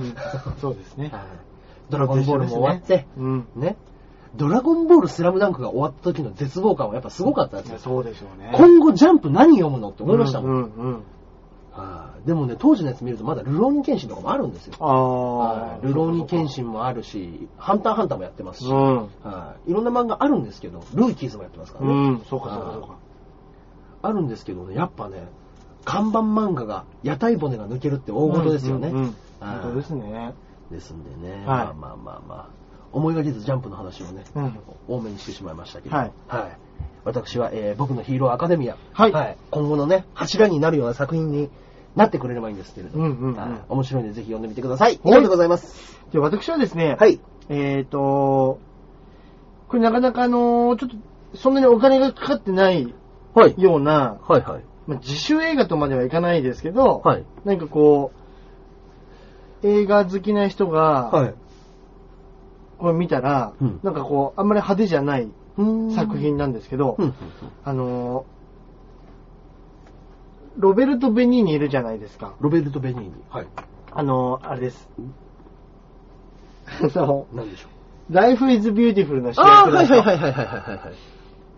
そうですね。
はいドラゴンボールも終わって、
うん。
ね。ドラゴンボールスラムダンクが終わった時の絶望感はやっぱすごかったんで
い
す
や
よ。
そうでしょうね。
今後ジャンプ何読むのって思いましたもん。
うんうんうん。
はいでもね、当時のやつ見るとまだルローニケンシンとかもあるんですよ。
あ
は
あ。
いルローニケンシンもあるし、ハンターハンターもやってますし、
うん。
はいいろんな漫画あるんですけど、ルーキーズもやってますからね。
うん、そうかそうかそうか。
あるんですけどね、やっぱね、看板漫画が屋台骨が抜けるって大事ですよね。
うんうんうん
はい
本当ですね。
ですんでね、
い
まあまあまあまあ、思いがけずジャンプの話をね、
うん
多めにしてしまいましたけど、
はい
い私は、えー僕のヒーローアカデミア、
はい
今後のね、柱になるような作品になってくれればいいんですけれど、
うんうんうん
はい面白いんでぜひ読んでみてください。以
はい
上でございます。
で、私はですね、
はい。
えっ、と、これなかなかあのーちょっと、そんなにお金がかかってない
はい。
ような、
はいはい。
まあ、自主映画とまではいかないですけど、
はい
なんかこう、映画好きな人が、
い。
これ見たら、
うん
なんかこう、あんまり派手じゃない作品なんですけど、
うんうん
あのーロベルト・ベニーニいるじゃないですか。
ロベルト・ベニーニ。はい。
あのーあれです。 あの、
何でしょう。
Life is Beautiful の主
ああ、
役だ
は
っ
い
た
はいはいはいはいはいは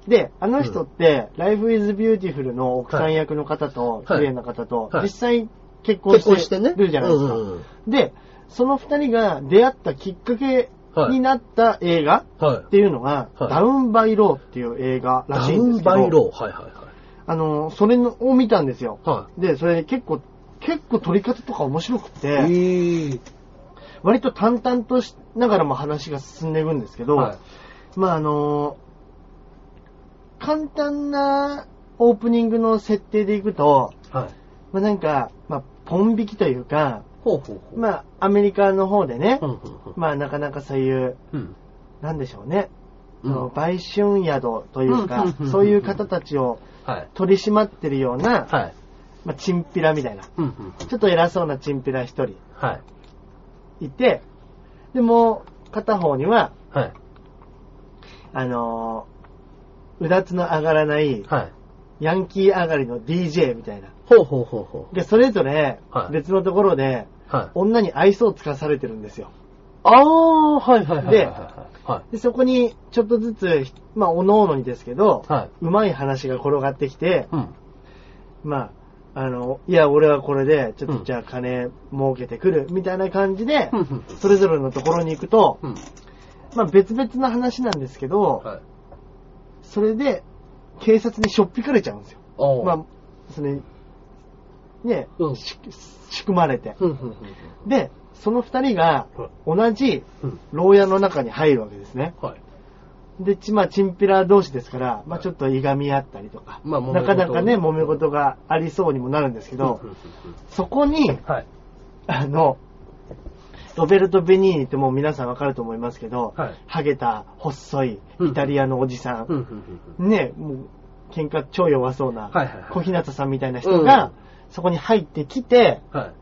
い。
で、あの人って、Life is Beautiful の奥さん役の方
は
と、
い
綺麗な方と、
はい
実際結 婚
結婚してね
し。てるじゃないですか。
うんうんうん
で、その二人が出会ったきっかけになった映画
はい
っ。ていうのが、
はい
ダウンバイローっていう映画ら
ダ
しい
ウ
んです
ン
けど、
バイロー。はいはいはい。
あの、それのを見たんですよ。
は
で、それで結構、結構撮り方とか面白くて、
ええ
割と淡々としながらも話が進んでいくんですけど、
はい
まああの簡単なオープニングの設定でいくと、
はい。
まあ、なんか、まあ、ポン引きというか、
ほうほうほう。
まあ、アメリカの方でね、
うんうん
まあ、なかなかそういう、
うん。
なんでしょうね、
うん
その売春宿という
うんう
か
んうんう、ん
そういう方たちを
はい。
取り締まってるような、
はい。
まあ、チンピラみたいな、
うんうん。
ちょっと偉そうなチンピラ一人
はい。
いて、でも、片方には、
はい。
あのーうだつの上がらない、
はい。
ヤンキー上がりの DJ みたいな。
ほうほうほうほ
で、それぞれ
はい
別のところで、
う。はい。
女に愛想をつかされてるんですよ。
あー、はいはいはいはい。
で
は
で、そこにちょっとずつ、まあ、おのおのにですけど、
い。はい。
うまい話が転がってきて、
うん。
まあ、あの、いや、俺はこれで、ちょっ
う
と
ん
じゃあ金儲けてくる、みたいな感じで
う、ん。
それぞれのところに行くと、
うん。
まあ別々の話なんですけど、
はい。
それで、警察にしょっぴかれちゃうんですよ。
おー。
まあ、それ、ね、
うん
し仕組まれて。
うんうんうん
で、その二人が、同じ
うん。
牢屋の中に入るわけですね。
はい。
で、ち、まあ、チンピラ同士ですから、まあ、ちょっといがみ合ったりとか、
まあ揉め
なかなかね、
事
揉め事がありそうにもなるんですけど、
うんうん
そこに
う、んはい。
あの、ロベルト・ベニーニってもう皆さんわかると思いますけど、
はい
ハゲた、細い、
うん
イタリアのおじさ
うん
ん、
うんうん
ね、もう、喧嘩超弱そう
は
な、
いはいはい
小日向さんみたいな人が、そこに入ってきて、
うん。はい。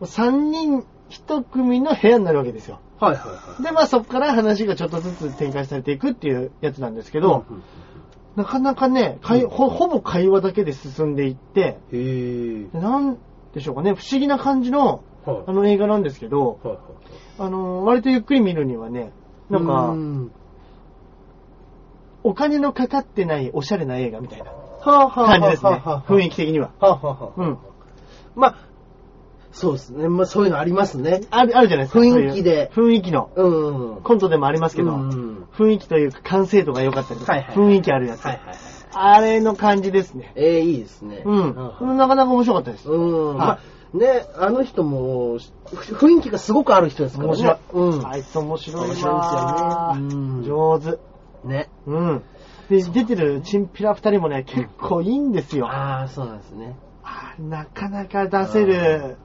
3人1組の部屋になるわけですよ。
はいはいはい。
で、まあそこから話がちょっとずつ展開されていくっていうやつなんですけど、
うんうん
なかなかね、会ほほぼ会話だけで進んでいって、
へえ。
でなんでしょうかね、不思議な感じの、
はい。
あの映画なんですけど、
はいはいはい。
あの、割とゆっくり見るにはね、なん
う
か、
ん
お金のかかってないおしゃれな映画みたいな
はあは
感じですね。
は
雰囲気的には。
あはあはあ
うん。
まあ、そうですね。まあ、そういうのありますね。
ある、あるじゃないですか。
雰囲気で
そういう雰囲気の。
うん。
コントでもありますけど、
うん
雰囲気というか完成度が良かったりとか、
はいはい
雰囲気あるやつ、
はいはい。
あれの感じですね。
ええいいですね。
うん。なかなか面白かったです。
うん。ま
は
あ、ね、あの人も、ふ雰囲気がすごくある人ですからね。
面白い。
うん。
あいつ面白いな
面白いですよねうん
上手。
ね。
うん。で、出てるチンピラ二人もね、結構いいんですよ。
ああ、そうなんですね。
あーなかなか出せる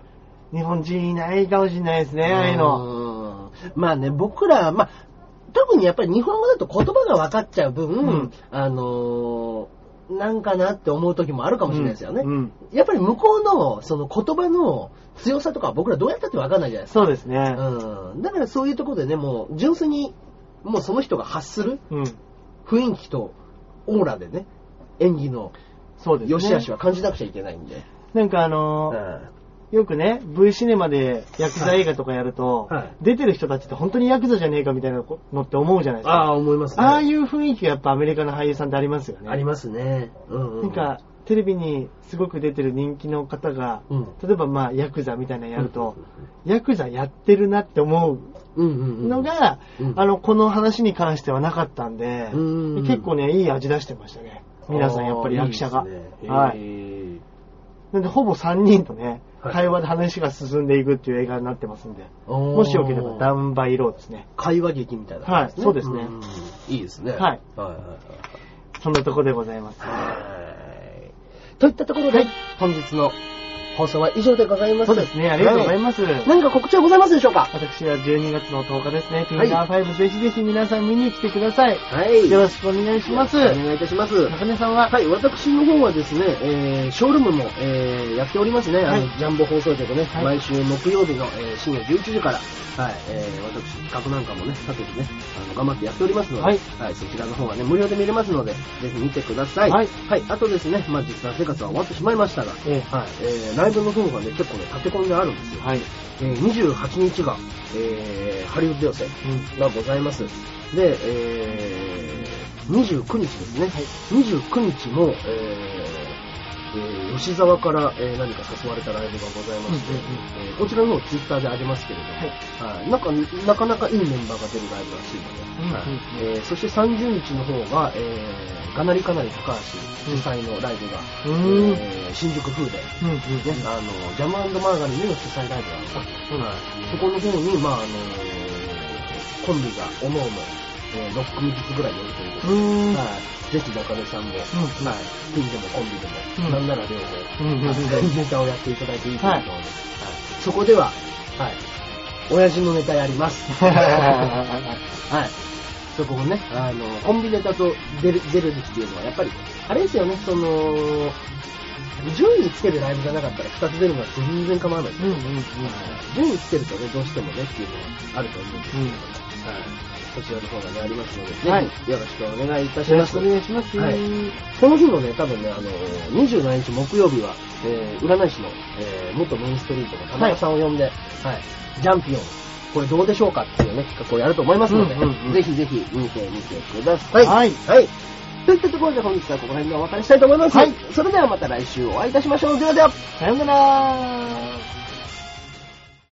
日本人いないかもしれないですね、ああいうの。
の。まあね、僕ら、まあ、特にやっぱり日本語だと言葉が分かっちゃう分、
うん
あのーなんかなって思う時もあるかもしれないですよね。
うんうん
やっぱり向こうの、その言葉の強さとかは僕らどうやったって分かんないじゃないですか。
そうですね。
うん。だからそういうところでね、もう純粋に、もうその人が発する
うん。
雰囲気とオーラでね、演技の
そうですね。
良し悪しは感じなくちゃいけないんで。
なんかあのーよくね、V シネマでヤクザ映画とかやると、
はいはい
出てる人たちって本当にヤクザじゃねえかみたいなのって思うじゃないですか。
ああ、思いますね。
ああいう雰囲気がやっぱアメリカの俳優さんってありますよね。
ありますね。うんうん、
なんか、テレビにすごく出てる人気の方が、
うん
例えばまあ、ヤクザみたいなのやると、ヤクザやってるなって思
うんうん
う
うん、
のが、
うん
あの、この話に関してはなかったんで、
うん
結構ね、いい味出してましたね。皆さんやっぱり役者が。
あーいいですね
は
へ
い。
ー
なんで、ほぼ3人とね、
はい
会話で話が進んでいくっていう映画になってますんで、
おー
もしよければダウンバイローですね。
会話劇みたいな感じ、
はいそうですね
んいいですね。
はい。
はいはい
そんなとこでございます。
はいはいといったところで、本日の放送は以上でございます。
そうですね、ありがとうございます。
はい何か告知はございますでしょうか
私は12月の10日ですね、
はい
Tinder5 ぜひぜひ皆さん見に来てください。
はい。
よろしくお願いします。
お願いいたします。
中根さんは、
はい、私の方はですね、えーショールームも、えーやっておりますね。あ
は
の
い、
ジャンボ放送局ね、
はい
毎週木曜日の、えー深夜11時から、はい、えー私企画なんかもね、かけてね、あの、頑張ってやっておりますので、は
はいい、
そちらの方はね、無料で見れますので、ぜひ見てください。は
はいい。
あとですね、まあ実際生活は終わってしまいましたが、
え
はい、えーライブの方がね、結構ね、立て込んであるんですよ。
はい。
えー28日が、えーハリウッド予選がございます。で、えー29日ですね。29日も、えーえー吉沢から、えー何か誘われたライブがございまして、
うんうん
えーこちらの方をツイッターで上げますけれども、はいなんか、なかなかいいメンバーが出るライブらしいので、
うんうん
はいえーそして30日の方が、えーガナリカナリ高橋主催のライブが、
うん
えー新宿風で、
うん、うん、う
ね、
ん。
あの、ジャムマーガリンの主催ライブがあるんですよ
そうなん
そこの方に、まああのコンビがおのおの、えー、6組ずつぐらい寄るということ
う
で、
ーん。
はい、ぜひ中根さんも、
ん
はい、ピンでもコンビでも、
うん
なんなら両
うんうん
方、ネタをやっていただいていいと思うので、
は
はいそこでは、はい、親父のネタやります。はい。そこもね、あの、コンビネタと出る、出るっていうのは、やっぱり、あれですよね、その、順位つけるライブじゃなかったら2つ出るのは全然構わないですよ
うん、うん、うん。
順位つけるとね、どうしてもねっていうのはあると思うんですけど、こちらの方がね、ありますので、
はい
ぜひよろしくお願いいたし
よろ
ま
し
す。
くお願いします。
はいこの日のね、多分ね、あのー、27日木曜日は、えー、占い師の、えー、元メインストリートの田中さんを呼んで、はい、ジャンピオン、これどうでしょうかっていうね、企画をやると思いますので、
うんうんうん
ぜひぜひ見てみてください。
はい
はい。といったところで本日はここら辺でお別れしたいと思います。
はい
それではまた来週お会いいたしましょう。ではでは。
さようなら